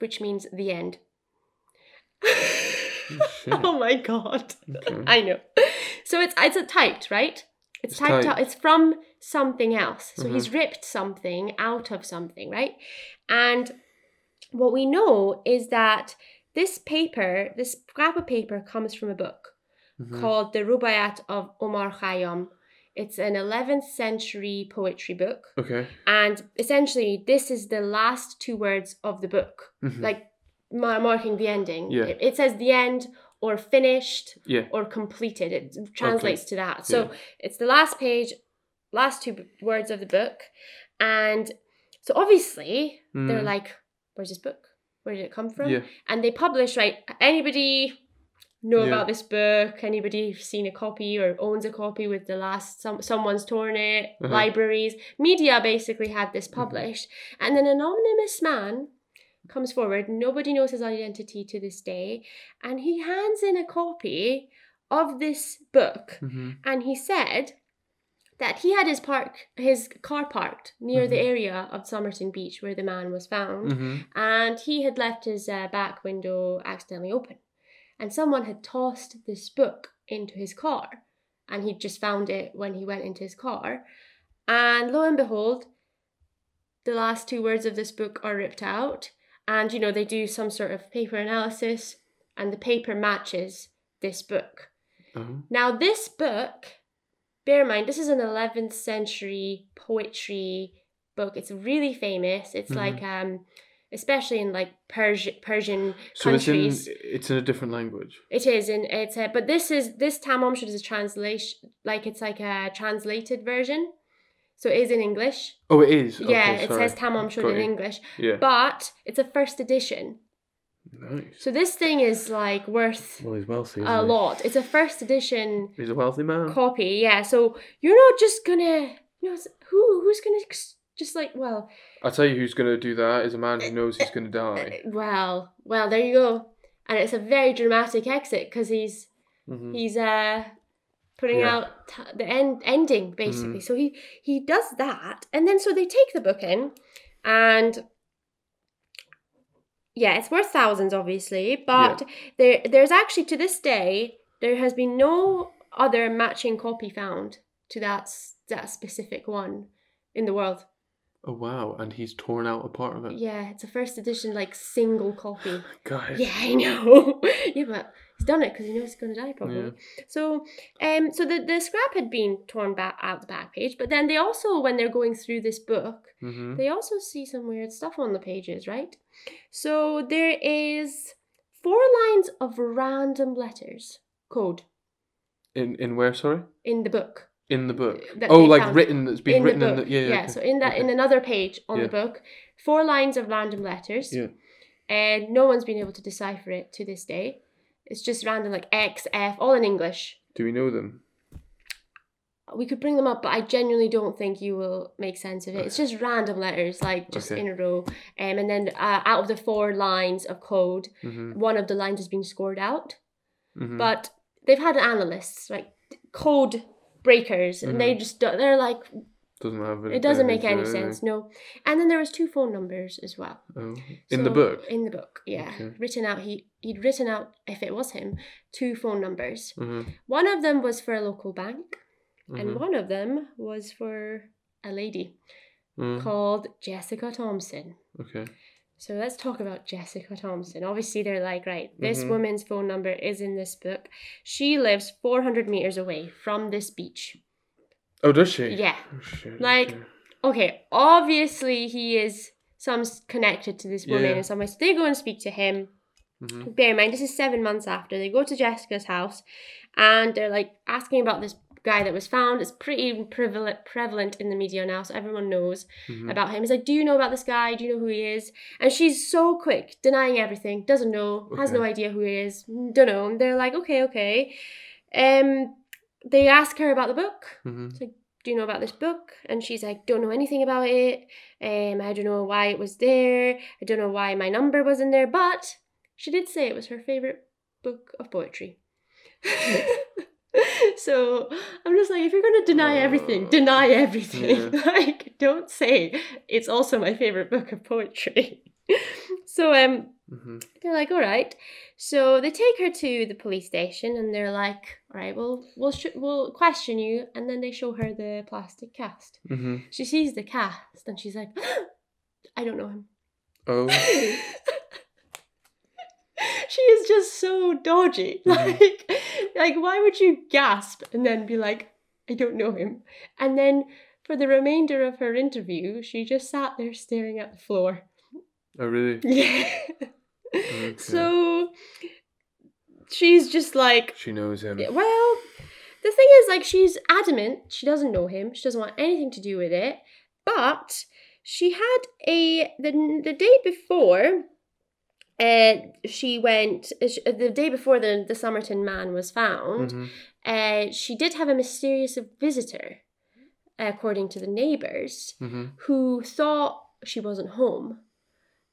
S2: which means the end.
S1: Oh, shit.
S2: oh my god.
S1: Okay.
S2: I know. So it's it's a typed, right? Hmm. It's,
S1: It's
S2: typed, Mm-hmm. out.
S1: typed.
S2: It's from something else. So he's ripped something out of something, right? And what we know is that this paper, this scrap of paper, comes from a book
S1: Mhm.
S2: called The Rubaiyat of Omar Khayyam. It's an 11th century poetry book.
S1: Okay.
S2: And essentially, this is the last two words of the book,
S1: Mhm.
S2: like ma- marking the ending.
S1: Yeah.
S2: It, it says the end or finished
S1: Yeah.
S2: or completed. It translates to that. So
S1: Yeah.
S2: it's the last page, last two b- words of the book. And so obviously, they're
S1: Mm.
S2: like, where's this book? Where did it come from?
S1: Yeah.
S2: And they publish, right? Anybody know
S1: Yeah.
S2: about this book? Anybody seen a copy or owns a copy with the last, some, someone's torn it?
S1: Uh-huh. Mm-hmm.
S2: Libraries, media basically had this published. And an anonymous man comes forward, nobody knows his identity to this day, and he hands in a copy of this book
S1: Mm-hmm.
S2: and he said that he had his park his car parked near the
S1: Mhm.
S2: area of Somerton Beach where the man was found
S1: Mm-hmm.
S2: and he had left his uh, back window accidentally open and someone had tossed this book into his car and he just found it when he went into his car and lo and behold the last two words of this book are ripped out and you know they do some sort of paper analysis and the paper matches this book
S1: Oh.
S2: now, this book, bear in mind, this is an 11th century poetry book. It's really famous. It's
S1: Mhm.
S2: like, um, especially in like Persi- Persian
S1: So it's
S2: countries.
S1: in it's in a different language.
S2: It is, and it's a, but this is this Tamamshud is a translation, like it's like a translated version. So it is in English.
S1: Oh, it is. Okay,
S2: yeah, it
S1: sorry.
S2: says Tamamshud
S1: Got
S2: in
S1: you.
S2: English,
S1: Yeah.
S2: but it's a first edition.
S1: nice.
S2: So this thing is like worth
S1: Well, he's wealthy.
S2: a
S1: isn't he?
S2: lot. It's a first edition
S1: He's a wealthy man.
S2: copy yeah so you're not just gonna you know it's- who who's gonna ex- just like well
S1: I tell you, who's going to do that is a man who knows he's going to
S2: uh,
S1: die.
S2: well well there you go and it's a very dramatic exit because he's
S1: hmm
S2: he's uh putting
S1: Yeah.
S2: out t- the end ending basically so he he does that and then so they take the book in and yeah it's worth thousands obviously but there there's actually to this day there has been no other matching copy found to that s- that specific one in the world
S1: Oh wow! And he's torn out a part of it.
S2: yeah it's a first edition like single copy
S1: Guys.
S2: yeah, I know. yeah, but he's done it because he knows he's going to die probably.
S1: Yeah.
S2: So, um, so the, the scrap had been torn back out the back page, but then they also, when they're going through this book,
S1: hmm
S2: they also see some weird stuff on the pages, right? So there is four lines of random letters code
S1: In in where? Sorry.
S2: in the book.
S1: In the book.
S2: That
S1: Oh,
S2: they
S1: like
S2: found
S1: written. That's been
S2: in
S1: written.
S2: the book.
S1: In the, yeah. Yeah. okay.
S2: So in that, in
S1: Okay.
S2: another page on the
S1: Yeah.
S2: book, four lines of random letters.
S1: Yeah.
S2: And no one's been able to decipher it to this day. It's just random, like X, F, all in English.
S1: Do we know them?
S2: We could bring them up, but I genuinely don't think you will make sense of it. It's just random letters, like just
S1: Okay.
S2: in a row. Um, and then uh, out of the four lines of code,
S1: hmm
S2: one of the lines has been scored out.
S1: hmm
S2: But they've had analysts, like code breakers, and
S1: Mm-hmm.
S2: they just don't- they're like
S1: doesn't have.
S2: It doesn't make any
S1: anything.
S2: sense, no. And then there was two phone numbers as well.
S1: Oh. In the
S2: So-
S1: book.
S2: In the book, yeah.
S1: Okay.
S2: Written out he he'd written out, if it was him, two phone numbers.
S1: hmm
S2: One of them was for a local bank
S1: hmm
S2: and one of them was for a lady called Jessica Thompson.
S1: Mm-hmm. Okay.
S2: So let's talk about Jessica Thompson. Obviously they're like, right, this
S1: Mhm.
S2: woman's phone number is in this book. She lives 400 meters away from this beach.
S1: Oh, does she?
S2: Yeah.
S1: Oh, shit,
S2: Like,
S1: okay.
S2: Okay, obviously he is some s- connected to this woman
S1: Yeah.
S2: in some way. So they go and speak to him.
S1: Mhm.
S2: Bear in mind, this is seven months after. They go to Jessica's house and they're like asking about this guy that was found. It's pretty prevalent prevalent in the media now, so everyone knows
S1: Mhm.
S2: about him. He's like, Do you know about this guy? Do you know who he is? And she's so quick, denying everything, doesn't know, has
S1: Okay.
S2: no idea who he is, don't know. And they're like, Okay, okay. Um, they ask her about the book.
S1: Mhm.
S2: Do you know about this book? And she's like, Don't know anything about it. Um, I don't know why it was there. I don't know why my number was in there, but she did say it was her favorite book of poetry. so I'm just like, if you're gonna deny everything,
S1: Uh,
S2: deny everything. like, don't say it's also my favorite book of poetry. so um,
S1: Mhm.
S2: they're like, all right. So they take her to the police station, and they're like, all right, well, we'll sh- we'll question you, and then they show her the plastic cast.
S1: Mhm.
S2: She sees the cast, and she's like, I don't know him
S1: Oh.
S2: she is just so dodgy.
S1: Mhm.
S2: Like, like why would you gasp and then be like, I don't know him? And then for the remainder of her interview, she just sat there staring at the floor.
S1: Oh, really?
S2: Yeah.
S1: Okay.
S2: So she's just like,
S1: She knows him.
S2: yeah, well, the thing is, like, she's adamant. She doesn't know him. She doesn't want anything to do with it. But she had a the the day before. Uh, she went uh, sh- uh, the day before the the Somerton man was found.
S1: Mhm.
S2: Uh, she did have a mysterious visitor, according to the neighbors,
S1: Mhm.
S2: who thought she wasn't home,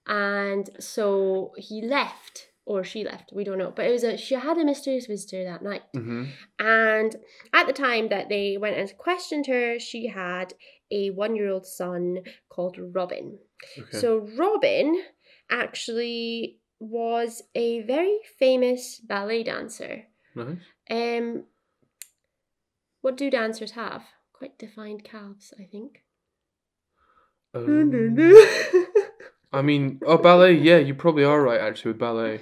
S2: and so he left or she left. We don't know, but it was a she had a mysterious visitor that night.
S1: Mhm.
S2: And at the time that they went and questioned her, she had a one year old son called Robin.
S1: Okay.
S2: So, Robin actually was a very famous ballet dancer.
S1: nice.
S2: Um, what do dancers have? Quite defined calves, I think.
S1: Um, I mean, oh, ballet. Yeah, you probably are right actually with ballet.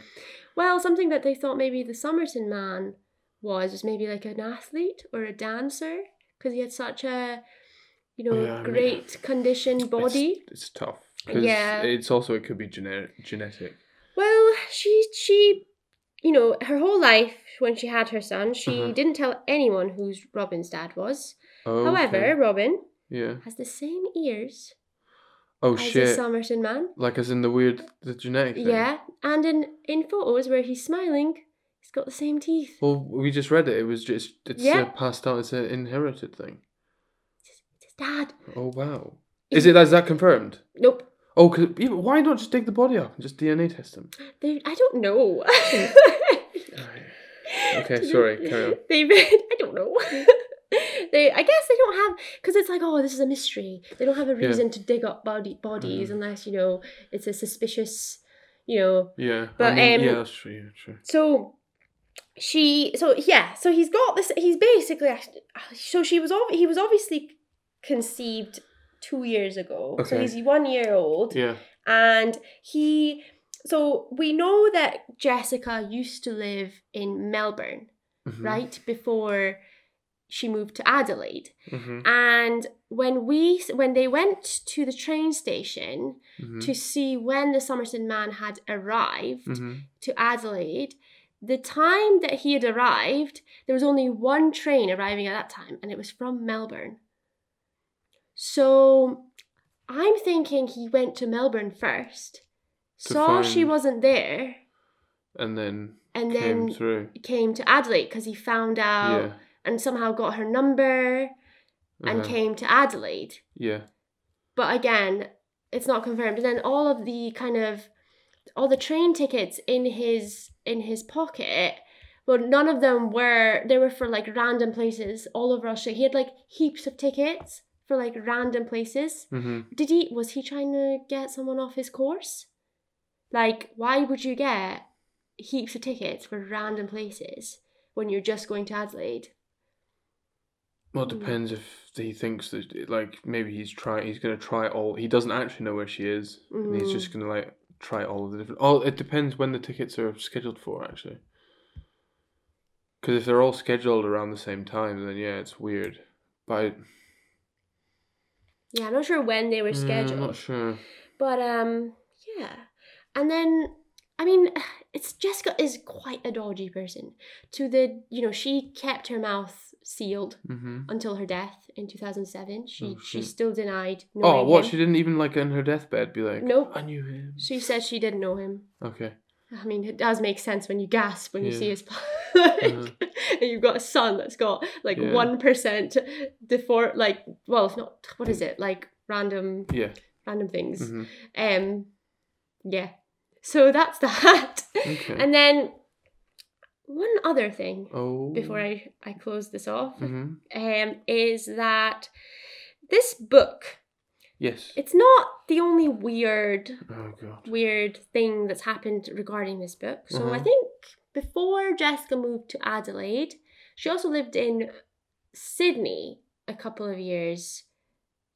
S2: well, something that they thought maybe the Somerton man was was maybe like an athlete or a dancer because he had such a, you know,
S1: Yeah, I mean,
S2: great conditioned body.
S1: It's, it's tough because
S2: Yeah.
S1: it's also it could be genetic. Genetic.
S2: Well, she she you know, her whole life when she had her son, she
S1: Uh-huh.
S2: didn't tell anyone who Robin's dad was.
S1: Oh.
S2: However,
S1: okay.
S2: Robin
S1: Yeah.
S2: has the same ears
S1: Oh
S2: as the
S1: shit.
S2: Somerton man.
S1: Like as in the weird the genetic. Thing.
S2: Yeah, and in in photos where he's smiling, he's got the same teeth.
S1: Well, we just read it. It was just it's
S2: Yeah.
S1: uh, passed down. It's an inherited thing.
S2: It's his dad.
S1: Oh wow. Is it is that confirmed?
S2: Nope.
S1: Oh, 'cause- yeah, but why not just dig the body up and just DNA test them?
S2: They, I don't know.
S1: Okay, sorry, carry on.
S2: They, I don't know. they, I guess they don't have because it's like, oh, this is a mystery. They don't have a
S1: Yeah.
S2: reason to dig up body bodies
S1: Mhm.
S2: unless you know it's a suspicious, you know.
S1: Yeah.
S2: But,
S1: I mean,
S2: um,
S1: yeah, that's true. Yeah, true.
S2: So she, so yeah, so he's got this. He's basically so she was. ob- He was obviously conceived two years ago. So
S1: Okay.
S2: he's one year old
S1: Yeah.
S2: and he so we know that Jessica used to live in Melbourne
S1: Mhm,
S2: right before she moved to Adelaide
S1: mhm,
S2: and when we when they went to the train station
S1: mhm,
S2: to see when the Somerton man had arrived
S1: mhm.
S2: to Adelaide the time that he had arrived there was only one train arriving at that time and it was from Melbourne so I'm thinking he went to Melbourne first,
S1: To
S2: saw she
S1: find-
S2: wasn't there,
S1: And then
S2: and
S1: came
S2: then
S1: through.
S2: came to Adelaide because he found out
S1: yeah.
S2: and somehow got her number and
S1: uh-huh,
S2: came to Adelaide.
S1: Yeah.
S2: But again, it's not confirmed. And then all of the kind of all the train tickets in his in his pocket. Well, none of them were. They were for like random places all over Australia. He had like heaps of tickets for like random places.
S1: Mm-hmm.
S2: did he was he trying to get someone off his course like why would you get heaps of tickets for random places when you're just going to adelaide
S1: Well, it
S2: Mm.
S1: depends if he thinks that it- like maybe he's trying. He's gonna try all. He doesn't actually know where she is, and he's
S2: Mm.
S1: just gonna like try all of the different. Oh, it depends when the tickets are scheduled for actually. Because if they're all scheduled around the same time, then yeah, it's weird. But
S2: Yeah, I'm not sure when they were
S1: I,
S2: scheduled.
S1: am not sure.
S2: But um, yeah. And then I mean, it's Jessica is quite a dodgy person. To the you know, she kept her mouth sealed
S1: Mm-hmm.
S2: until her death in 2007. She
S1: Oh,
S2: she
S1: shit.
S2: still denied knowing
S1: Oh, what?
S2: him.
S1: She didn't even like in her deathbed be like,
S2: Nope.
S1: I knew him.
S2: She said she didn't know him.
S1: Okay.
S2: I mean, it does make sense when you gasp when you
S1: Yeah.
S2: see his blood.
S1: Uh-huh.
S2: and you've got a son that's got like
S1: Yeah.
S2: one percent defor like well, if not what is it like random
S1: Yeah.
S2: random things.
S1: hmm
S2: Um, yeah. So that's that.
S1: Okay.
S2: And then one other thing
S1: oh.
S2: before I I close this off
S1: hmm
S2: um is that this book
S1: Yes.
S2: it's not the only weird
S1: oh god.
S2: weird thing that's happened regarding this book. So I
S1: Mhm.
S2: think before Jessica moved to Adelaide, she also lived in Sydney a couple of years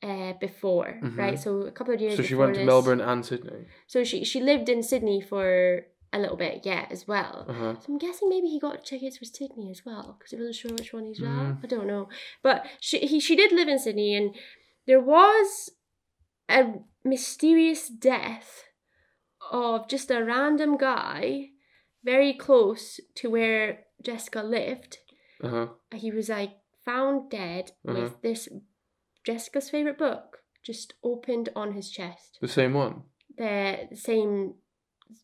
S2: uh, before,
S1: Mhm.
S2: right? So a couple of years.
S1: So she
S2: before
S1: went to
S2: this-
S1: Melbourne and Sydney.
S2: So she she lived in Sydney for a little bit, yeah, as well.
S1: Uh huh.
S2: So I'm guessing maybe he got tickets for Sydney as well because I wasn't sure which one he's at.
S1: Mm.
S2: I don't know, but she he she did live in Sydney, and there was a mysterious death of just a random guy very close to where Jessica lived.
S1: Uh huh.
S2: He was like found dead
S1: Uh-huh.
S2: with this Jessica's favorite book just opened on his chest.
S1: The same one.
S2: The same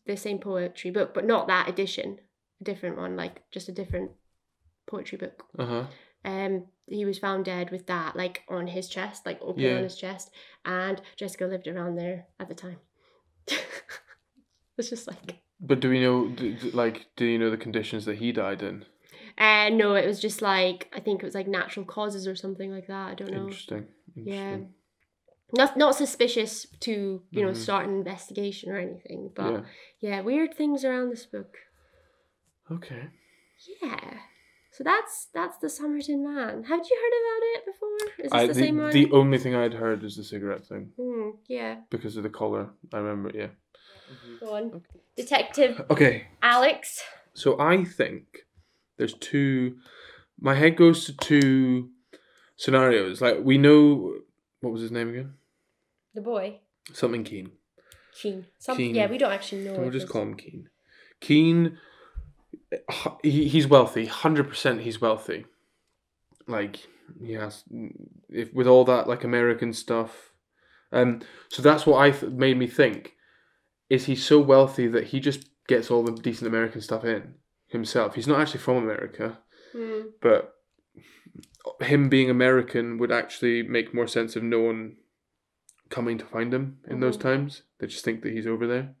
S2: the same poetry book, but not that edition. A different one, like just a different poetry book.
S1: Uh huh.
S2: Um he was found dead with that like on his chest, like open
S1: Yeah.
S2: on his chest. And Jessica lived around there at the time. it's just like
S1: But do we know, d d- like, do you know the conditions that he died in?
S2: uh no, it was just like I think it was like natural causes or something like that. I don't know.
S1: Interesting.
S2: Yeah.
S1: Interesting.
S2: Not not suspicious to, you know,
S1: Mhm.
S2: start an investigation or anything. But
S1: yeah.
S2: yeah, weird things around this book.
S1: Okay.
S2: Yeah. So that's that's the Somerton Man. Have you heard about it before? Is this
S1: I,
S2: the,
S1: the,
S2: same one?
S1: the only thing I'd heard is the cigarette thing
S2: Hmm, yeah.
S1: because of the collar. I remember, it, yeah.
S2: Go on. Detective
S1: Okay,
S2: Alex.
S1: so I think there's two. My head goes to two scenarios. Like we know what was his name again?
S2: The boy.
S1: Something Keen.
S2: Keen. Some,
S1: Keen.
S2: Yeah, we don't actually know.
S1: We'll
S2: it
S1: just
S2: was-
S1: call him Keen. Keen. h- He, he's wealthy. Hundred percent, he's wealthy. Like he has, if with all that like American stuff, um. So that's what I th- made me think. Is he so wealthy that he just gets all the decent American stuff in himself? He's not actually from America,
S2: Hmm.
S1: but him being American would actually make more sense of no one coming to find him in those
S2: Mhm.
S1: times. They just think that he's over there.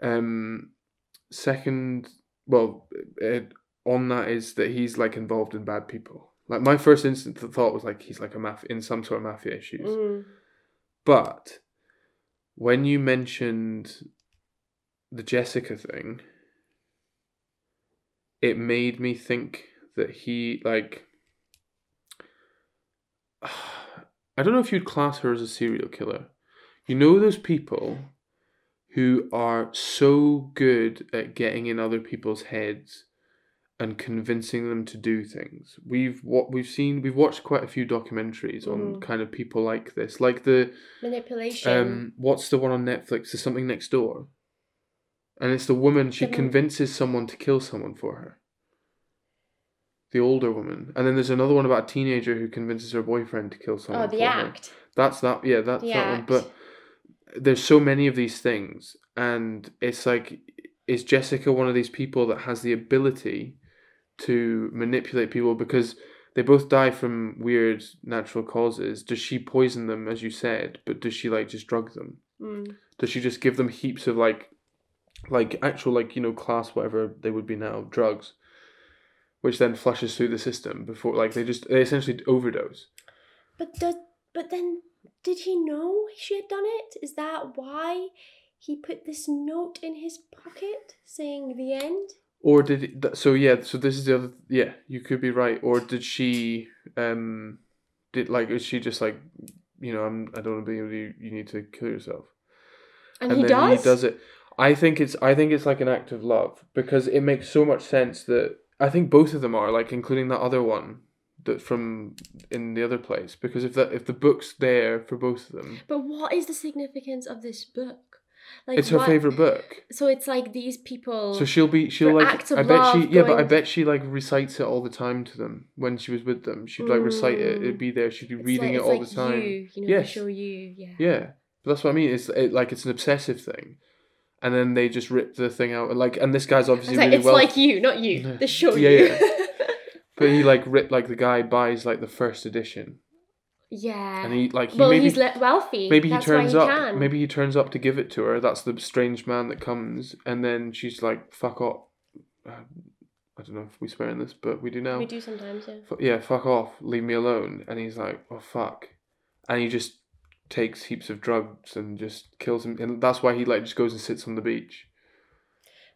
S1: Um, second, well, it, on that is that he's like involved in bad people. Like my first instant th- thought was like he's like a maf in some sort of mafia issues.
S2: Hmm.
S1: But when you mentioned the Jessica thing, it made me think that he like I don't know if you'd class her as a serial killer. You know those people who are so good at getting in other people's heads and convincing them to do things. We've what we've seen we've watched quite a few documentaries on
S2: Mhm.
S1: kind of people like this. Like the
S2: Manipulation.
S1: um, what's the one on Netflix? There's something next door, and it's the woman. She
S2: The one-
S1: convinces someone to kill someone for her. The older woman, and then there's another one about a teenager who convinces her boyfriend to kill someone.
S2: oh, the
S1: for her.
S2: act.
S1: That's that. Yeah, that's
S2: The
S1: that one.
S2: act.
S1: But there's so many of these things, and it's like, is Jessica one of these people that has the ability to manipulate people because they both die from weird natural causes? Does she poison them, as you said? But does she like just drug them?
S2: Hmm.
S1: Does she just give them heaps of like, like actual like you know class whatever they would be now drugs, which then flushes through the system before like they just they essentially overdose.
S2: But does but then did he know she had done it? Is that why he put this note in his pocket saying the end?
S1: or did it, th- so yeah so this is the other yeah you could be right or did she um did like is she just like you know I'm I don't want to be with you you need to kill yourself
S2: And, he does.
S1: he does it I think it's I think it's like an act of love because it makes so much sense that I think both of them are like including that other one that from in the other place because if that if the book's there for both of them,
S2: But what is the significance of this book? Like
S1: it's her
S2: what-
S1: favorite book.
S2: So it's like these people.
S1: So she'll be she'll
S2: For
S1: like
S2: acts of
S1: I bet she
S2: love
S1: yeah but I
S2: going-
S1: bet she like recites it all the time to them when she was with them. She'd like recite it.
S2: Mm.
S1: It'd be there. She'd be
S2: it's
S1: reading
S2: like-
S1: it
S2: it's
S1: all
S2: like
S1: the time.
S2: You, you
S1: Yes.
S2: know, yes. show you. Yeah.
S1: Yeah, but that's what I mean. It's it, like it's an obsessive thing, and then they just rip the thing out. Like, and this guy's
S2: It's
S1: obviously
S2: like,
S1: really
S2: it's
S1: well,
S2: like you, not you.
S1: No.
S2: The show
S1: Yeah,
S2: you.
S1: but he like rip like the guy buys like the first edition,
S2: yeah.
S1: and he like he
S2: well,
S1: maybe
S2: he's le- wealthy.
S1: maybe he
S2: That's
S1: turns
S2: why he
S1: up,
S2: Can.
S1: maybe he turns up to give it to her. That's the strange man that comes, and then she's like, "Fuck off." Uh, I don't know if we swear in this, but we do now.
S2: we do sometimes. Yeah.
S1: F- yeah, fuck off, leave me alone. And he's like, oh fuck, and he just takes heaps of drugs and just kills him. And that's why he like just goes and sits on the beach.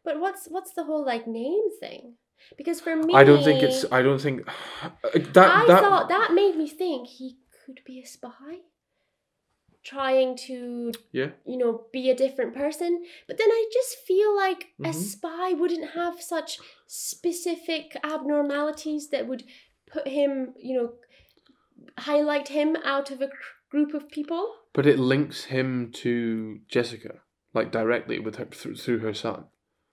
S2: But what's what's the whole like name thing? Because for me,
S1: I don't think it's. I don't think uh, that
S2: I
S1: that.
S2: thought that made me think he could be a spy, trying to
S1: Yeah.
S2: you know be a different person. But then I just feel like
S1: Mhm.
S2: a spy wouldn't have such specific abnormalities that would put him you know highlight him out of a cr- group of people.
S1: But it links him to Jessica, like directly with her through, through her son.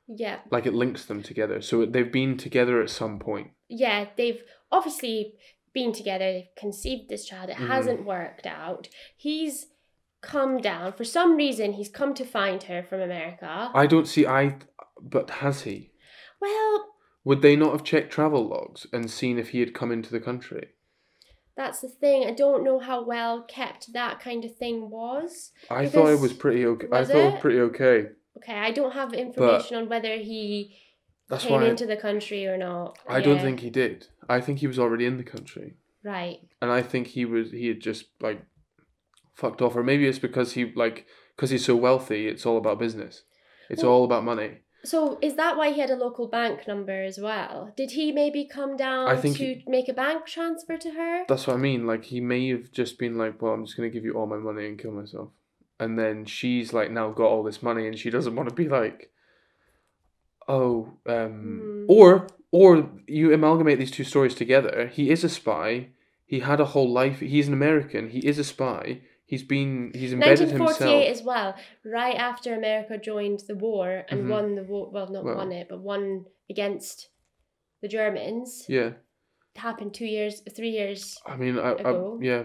S2: Yeah,
S1: Like it links them together. So they've been together at some point.
S2: yeah, they've obviously been together, they've conceived this child, it
S1: Mhm.
S2: hasn't worked out. He's come down for some reason, he's come to find her from America.
S1: I don't see. I. But has he?
S2: well,
S1: Would they not have checked travel logs and seen if he had come into the country?
S2: that's the thing. I don't know how well kept that kind of thing was.
S1: I thought it
S2: Because-
S1: was pretty okay. I
S2: was
S1: thought it was
S2: it?
S1: pretty okay.
S2: Okay, I don't have information on whether he
S1: That's
S2: came
S1: why I-
S2: into the country or not.
S1: I don't
S2: Yeah,
S1: think he did. I think he was already in the country,
S2: right.
S1: and I think he was he had just like fucked off, or maybe it's because he like because he's so wealthy, it's all about business. It's
S2: Well-
S1: all about money.
S2: So is that why he had a local bank number as well? Did he maybe come down
S1: think
S2: to make a bank transfer to her?
S1: That's what I mean. Like he may have just been like, "Well, I'm just gonna give you all my money and kill myself," and then she's like now got all this money and she doesn't want to be like, "Oh," um,
S2: Hmm.
S1: or or you amalgamate these two stories together. He is a spy. He had a whole life. He's an American. He is a spy. He's been he's embedded
S2: 1948
S1: himself.
S2: as well, right after America joined the war and
S1: Mhm.
S2: won the war, well, not
S1: Well.
S2: won it, but won against the Germans.
S1: Yeah,
S2: It happened two years, three years,
S1: I mean, I, I
S2: Ago.
S1: yeah.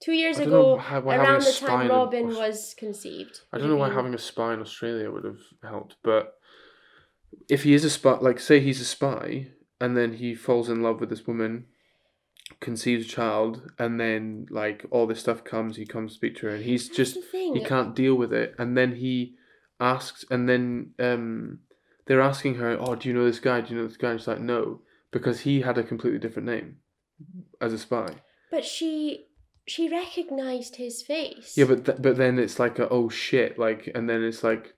S2: two years
S1: I don't know
S2: ago,
S1: how, why having a
S2: around the
S1: spy
S2: time
S1: in a-
S2: Robin was conceived.
S1: I don't know
S2: Mm.
S1: why having a spy in Australia would have helped, but if he is a spy, like say he's a spy, and then he falls in love with this woman, conceives a child, and then like all this stuff comes, he comes to speak to her, and he's
S2: That's
S1: just
S2: the thing.
S1: he can't deal with it, and then he asks, and then um, they're asking her, oh, do you know this guy? Do you know this guy? And she's like, no, because he had a completely different name as a spy.
S2: But she, she recognized his face.
S1: Yeah, but th- but then it's like a, oh shit, like, and then it's like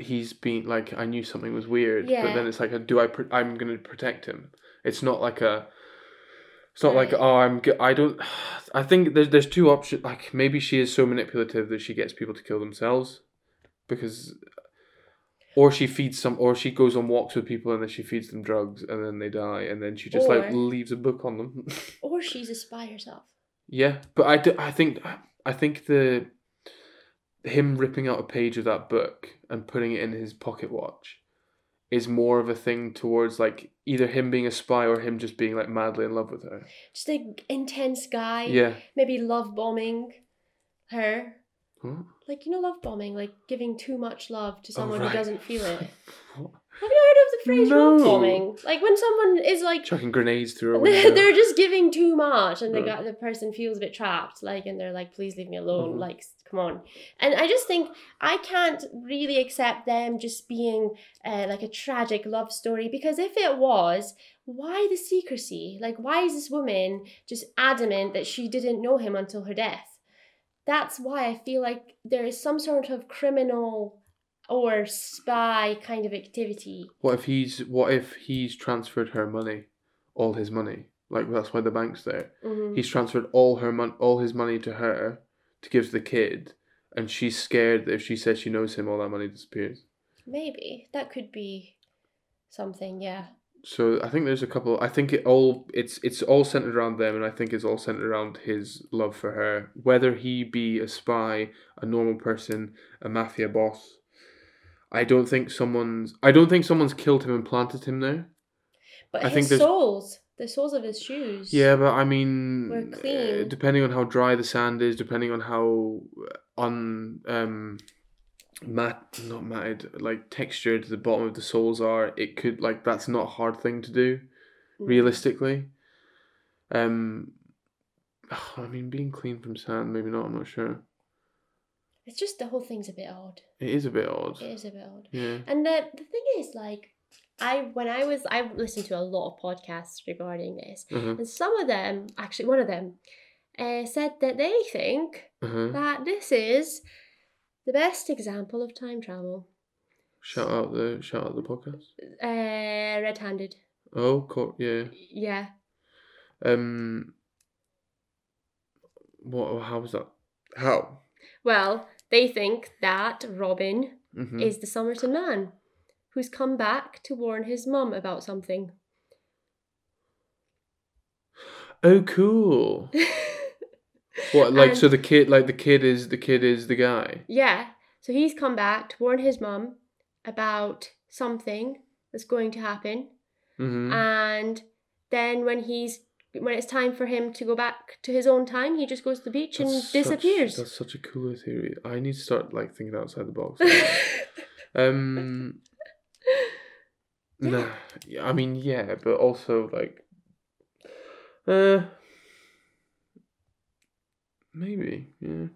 S1: he's been like I knew something was weird, but
S2: Yeah.
S1: then it's like a, do I pr- I'm gonna protect him? It's not like a, it's not like
S2: Right.
S1: oh I'm g- I don't. I think there's there's two options. Like maybe she is so manipulative that she gets people to kill themselves, because. Or she feeds some, or she goes on walks with people, and then she feeds them drugs, and then they die, and then she just like
S2: Or-
S1: leaves a book on them.
S2: or she's a spy herself.
S1: Yeah, but I, do, I think I think the him ripping out a page of that book and putting it in his pocket watch is more of a thing towards like either him being a spy or him just being like madly in love with her.
S2: Just an intense guy.
S1: yeah.
S2: Maybe love bombing her.
S1: What?
S2: Like you know, love bombing, like giving too much love to
S1: Hmm? Oh,
S2: someone
S1: right.
S2: who doesn't feel it.
S1: What?
S2: Have you not heard of the phrase
S1: No.
S2: love bombing? Like when someone is like
S1: Chucking grenades through a window.
S2: they're just giving too much and the
S1: Yeah.
S2: guy, the person feels a bit trapped like and they're like please leave me alone
S1: Mhm.
S2: like s- come on and i just think i can't really accept them just being uh, like a tragic love story because if it was why the secrecy like why is this woman just adamant that she didn't know him until her death that's why i feel like there is some sort of criminal or spy kind of activity
S1: what if he's what if he's transferred her money, all his money? Like that's why the bank's there.
S2: Mhm.
S1: he's transferred all her mon- all his money to her to give to the kid and she's scared that if she says she knows him all that money disappears
S2: Maybe that could be something, yeah.
S1: So I think there's a couple. I think it all it's it's all centered around them, and I think it's all centered around his love for her. Whether he be a spy, a normal person, a mafia boss, I don't think someone's I don't think someone's killed him and planted him there.
S2: But
S1: I think
S2: his
S1: there's-
S2: soles, the soles of his shoes.
S1: Yeah, but I mean,
S2: We're
S1: uh,
S2: clean.
S1: depending on how dry the sand is, depending on how uh, un um mat not matted like textured the bottom of the soles are, it could like that's not a hard thing to do
S2: Mm.
S1: realistically. Um, I mean, being clean from sand, maybe not. I'm not sure.
S2: It's just the whole thing's a bit odd.
S1: It is a bit odd.
S2: It is a bit odd.
S1: Yeah.
S2: And the the thing is, like, I when I was I listened to a lot of podcasts regarding this,
S1: Uh-huh.
S2: and some of them actually one of them uh, said that they think
S1: Uh-huh.
S2: that this is the best example of time travel.
S1: Shout out the shout out the podcast.
S2: Uh, red-handed.
S1: Oh, cool. Yeah.
S2: Yeah.
S1: Um. What? How was that? How?
S2: Well, they think that Robin
S1: Mm-hmm.
S2: is the Somerton man who's come back to warn his mum about something.
S1: Oh, cool. What? Like
S2: And-
S1: so? The kid, like the kid is the kid is the guy.
S2: yeah. So he's come back to warn his mum about something that's going to happen.
S1: Mm-hmm.
S2: And then when he's when it's time for him to go back to his own time, he just goes to the beach and disappears.
S1: that's such a cooler theory. I need to start like thinking outside the box. Um.
S2: Yeah.
S1: Nah, yeah, I mean, yeah, but also like, uh, maybe, yeah,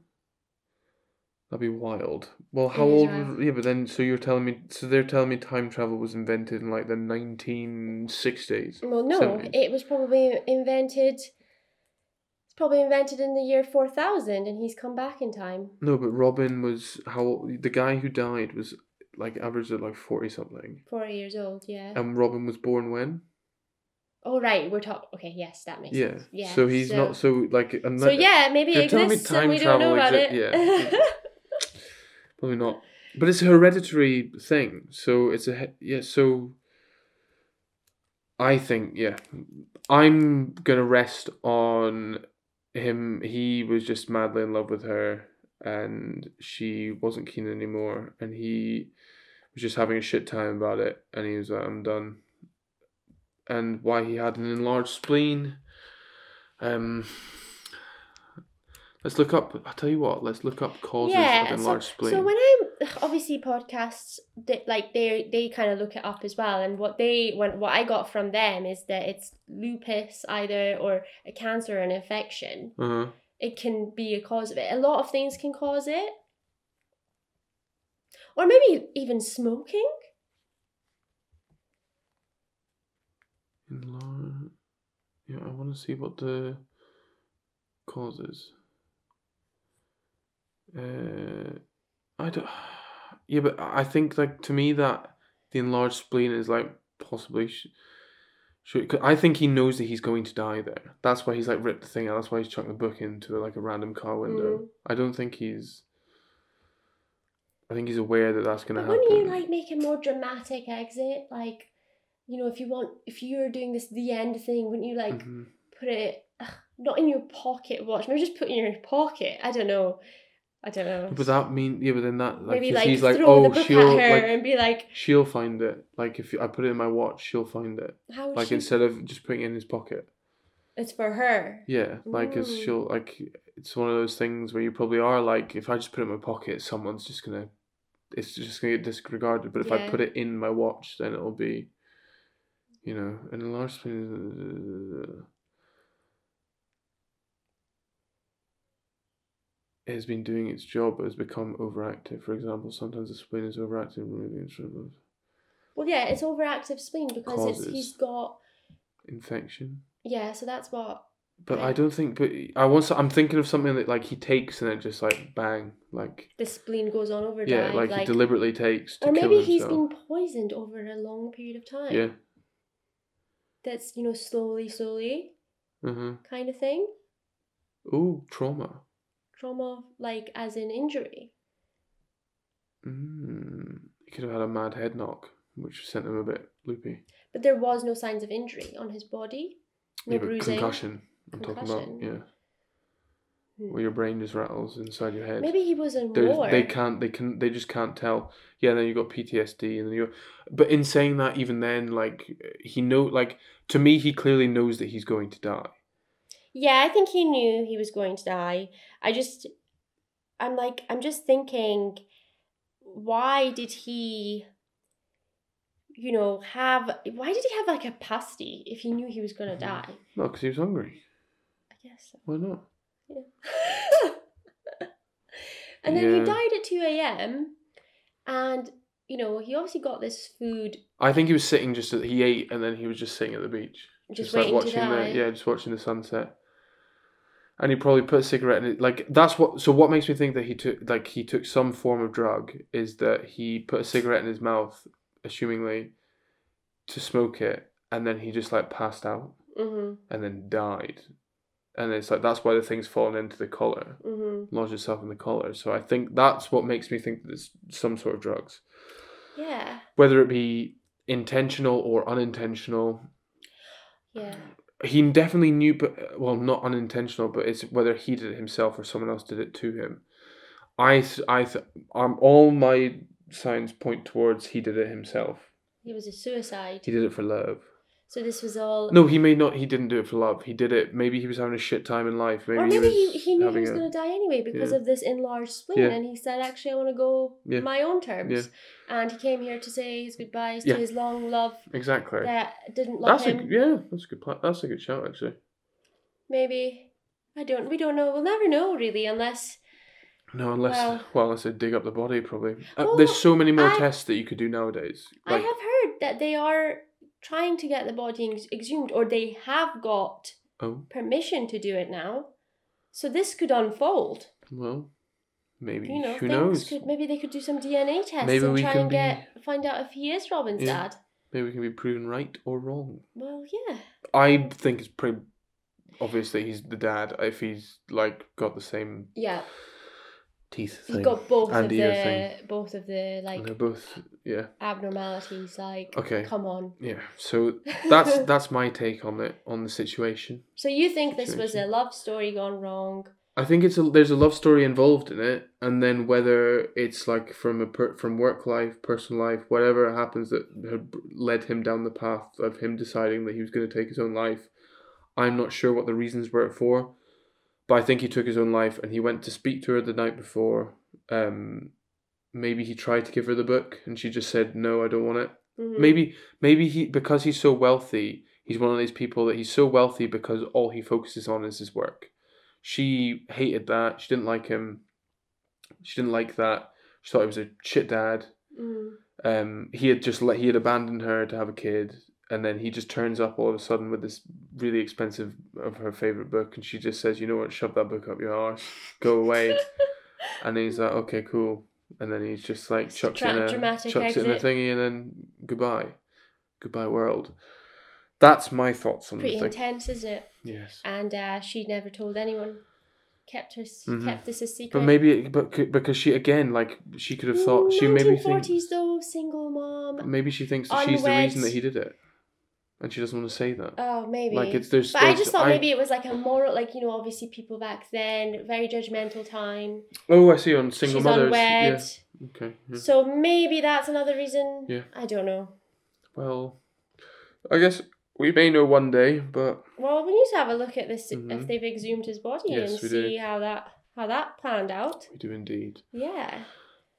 S1: that'd be wild. Well, how
S2: It is
S1: old?
S2: wild.
S1: Was, yeah, but then so you're telling me, so they're telling me time travel was invented in like the nineteen sixties.
S2: well, no,
S1: Seventies.
S2: it was probably invented. It's probably invented in the year four thousand, and he's come back in time.
S1: No, but Robin was how old- the guy who died was like averaged at like forty something,
S2: Four years old, yeah.
S1: and Robin was born when?
S2: oh right, we're talking. Okay, yes, that makes
S1: Yeah.
S2: sense. Yeah.
S1: So he's not so like. and
S2: So
S1: that-
S2: yeah, maybe
S1: You're
S2: it
S1: telling me
S2: exists and
S1: time
S2: we don't know
S1: travel
S2: about
S1: exi-
S2: it.
S1: yeah. Probably not. But it's a hereditary thing, so it's a he- yeah. So I think yeah, I'm gonna rest on him. He was just madly in love with her, and she wasn't keen anymore, and he was just having a shit time about it, and he was like, "I'm done." And why he had an enlarged spleen. Um, let's look up. I tell you what. Let's look up causes
S2: yeah.
S1: of
S2: So,
S1: enlarged spleen.
S2: so when I'm obviously podcasts, they, like they they kind of look it up as well, and what they when what I got from them is that it's lupus either or a cancer or an infection.
S1: uh-huh.
S2: It can be a cause of it. A lot of things can cause it, or maybe even smoking.
S1: Enlarge. Yeah, I want to see what the causes. Uh, I don't. Yeah, but I I think like to me that the enlarged spleen is like possibly. Sh- should, 'cause I think he knows that he's going to die there. That's why he's like ripped the thing out. That's why he's chucked the book into like a random car window.
S2: Mm.
S1: I don't think he's. I think he's aware that that's gonna
S2: But
S1: happen.
S2: wouldn't you like make a more dramatic exit? Like, you know, if you want, if you're doing this the end thing, wouldn't you like
S1: Mhm.
S2: put it ugh, not in your pocket watch, maybe just put it in your pocket? I don't know. I don't know.
S1: But that mean yeah, but then that like,
S2: maybe
S1: 'cause
S2: like
S1: he's like
S2: throw the
S1: oh
S2: book
S1: she'll
S2: at her
S1: like
S2: and be like,
S1: She'll find it. Like if I put it in my watch, she'll find it.
S2: how is
S1: Like
S2: she?
S1: instead of just putting it in his pocket.
S2: It's for her.
S1: Yeah, like it's
S2: Mm.
S1: she'll like it's one of those things where you probably are like if I just put it in my pocket, someone's just gonna, it's just gonna get disregarded. But if I
S2: Yeah.
S1: put it in my watch, then it'll be, you know, an enlarged spleen. It has been doing its job, but has become overactive. For example, sometimes the spleen is overactive, removing sort of
S2: Well, yeah, it's overactive spleen because
S1: Causes.
S2: it's he's got
S1: infection.
S2: yeah. So that's what.
S1: But I
S2: Right.
S1: don't think. But I want. I'm thinking of something that like he takes and it just like bang, like
S2: The spleen goes on
S1: yeah,
S2: overdrive,
S1: like, he deliberately takes to
S2: or
S1: kill
S2: maybe he's
S1: himself.
S2: been poisoned over a long period of time.
S1: Yeah.
S2: That's you know slowly, slowly
S1: Uh-huh.
S2: kind of thing.
S1: Ooh, trauma.
S2: trauma like as in injury
S1: Mm. He could have had a mad head knock. which sent him a bit loopy.
S2: But there was no signs of injury on his body. No
S1: Yeah, but
S2: bruising.
S1: concussion. I'm talking about
S2: Concussion.
S1: yeah, where your brain just rattles inside your head.
S2: Hmm. Maybe he was in
S1: There's-
S2: war.
S1: they can't they can they just can't tell yeah then you got ptsd and then you but in saying that even then like he know like to me he clearly knows that he's going to die
S2: Yeah, I think he knew he was going to die. I just, I'm like, I'm just thinking, why did he, you know, have, why did he have like a pasty if he knew he was going to
S1: Mhm.
S2: die?
S1: no because he was hungry
S2: I guess so.
S1: why not
S2: Yeah. and then
S1: Yeah.
S2: he died at 2 a.m. And, you know, he obviously got this food
S1: i think he was sitting just at, he ate and then he was just sitting at the beach
S2: just, waiting to
S1: watching
S2: die.
S1: the yeah just watching the sunset and he probably put a cigarette in it like that's what so what makes me think that he took like he took some form of drug is that he put a cigarette in his mouth assumingly to smoke it and then he just like passed out
S2: Mm-hmm,
S1: and then died. And it's like that's why the thing's fallen into the collar,
S2: mm-hmm.
S1: lodged itself in the collar. So I think that's what makes me think that it's some sort of drugs,
S2: Yeah,
S1: whether it be intentional or unintentional.
S2: yeah.
S1: He definitely knew, but uh, well, not unintentional, but it's whether he did it himself or someone else did it to him. I, th- I, th- um, all my signs point towards he did it himself.
S2: It was a suicide.
S1: He did it for love.
S2: So this was all.
S1: No, he may not. He didn't do it for love. He did it. Maybe he was having a shit time in life. Maybe
S2: or maybe he,
S1: he was
S2: he, knew he
S1: having
S2: was
S1: a-
S2: going to die anyway because
S1: yeah.
S2: of this enlarged spleen,
S1: Yeah.
S2: and he said, "Actually, I want to go
S1: Yeah.
S2: my own terms." And he came here to say his goodbyes
S1: Yeah.
S2: to his long love
S1: Exactly.
S2: that didn't love
S1: That's a
S2: him.
S1: yeah. That's a good plan. That's a good shout actually.
S2: Maybe I don't. We don't know. We'll never know really, unless
S1: No, unless well,
S2: Well-
S1: unless they dig up the body probably. Uh,
S2: Well,
S1: there's so many more
S2: I-
S1: tests that you could do nowadays.
S2: I have heard that they are trying to get the body ex- exhumed, or they have got
S1: oh
S2: permission to do it now. So this could unfold.
S1: well, maybe
S2: You know,
S1: who
S2: things
S1: knows?
S2: could maybe they could do some DNA tests
S1: Maybe
S2: and
S1: we
S2: try
S1: can
S2: and
S1: be-
S2: get find out if he is Robin's
S1: Yeah.
S2: dad.
S1: Maybe we can be proven right or wrong.
S2: Well, yeah.
S1: I think it's pretty obvious that he's the dad if he's like got the same
S2: Yeah,
S1: teeth
S2: he
S1: thing.
S2: got both
S1: And
S2: of
S1: ear
S2: the
S1: thing.
S2: both of the
S1: and
S2: like
S1: they're both yeah
S2: abnormalities. Like,
S1: okay
S2: come on.
S1: yeah. So that's that's my take on it on the situation.
S2: so you think this was a
S1: situation.
S2: love story gone wrong?
S1: I think it's a there's a love story involved in it, and then whether it's like from a per, from work life, personal life, whatever happens that had led him down the path of him deciding that he was going to take his own life. I'm not sure what the reasons were for, but I think he took his own life, and he went to speak to her the night before. Um, maybe he tried to give her the book, and she just said, "No, I don't want it."
S2: Mhm.
S1: Maybe maybe he because he's so wealthy, he's one of these people that he's so wealthy because all he focuses on is his work. She hated that. She didn't like him. She didn't like that. She thought he was a shit dad.
S2: Mm.
S1: Um, he had just let he had abandoned her to have a kid, and then he just turns up all of a sudden with this really expensive of her favorite book, and she just says, "You know what? Shove that book up your arse. Go away." and he's like, "Okay, cool." And then he's just like
S2: It's
S1: chucks
S2: dra-
S1: it in a
S2: dramatic
S1: chucks it in a
S2: exit.
S1: thingy, and then goodbye, goodbye world. That's my thoughts on
S2: Pretty
S1: the thing.
S2: intense, isn't it?
S1: Yes,
S2: And uh, she never told anyone. Kept her s
S1: Mhm.
S2: kept this a secret.
S1: but maybe it, but c- because she again like she could have thought she maybe Mm, thinks
S2: 1940s Mm, though, single mom.
S1: maybe she thinks that she's the
S2: Unwed.
S1: reason that he did it, and she doesn't want to say that.
S2: Oh, maybe.
S1: Like it's there's.
S2: But I
S1: there's-
S2: just thought maybe it was like a moral, like you know, obviously people back then very judgmental time.
S1: Oh, I see. On single
S2: She's
S1: mothers.
S2: unwed,
S1: Yeah. Okay. yeah.
S2: so maybe that's another reason.
S1: Yeah.
S2: I don't know.
S1: Well, I guess we may know one day, but
S2: Well, we need to have a look at this
S1: Mhm.
S2: if they've exhumed his body
S1: Yes, we
S2: and
S1: do.
S2: see how that how that planned out.
S1: we do indeed.
S2: Yeah.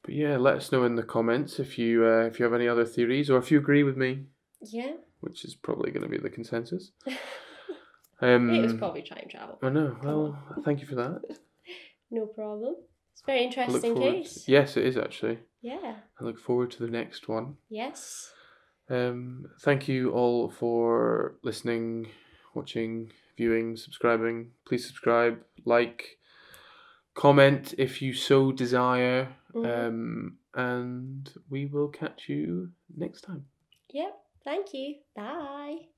S1: But yeah, let us know in the comments if you uh, if you have any other theories or if you agree with me,
S2: Yeah.
S1: which is probably going to be the consensus. Um,
S2: It was probably time travel.
S1: I know. Well, thank you for that.
S2: No problem. It's a very
S1: I look
S2: interesting
S1: forward.
S2: case.
S1: yes, it is actually.
S2: Yeah.
S1: I look forward to the next one.
S2: Yes.
S1: Um, thank you all for listening, watching, viewing, subscribing. Please subscribe, like, comment if you so desire.
S2: Mhm.
S1: Um, and we will catch you next time.
S2: Yep. Thank you. Bye.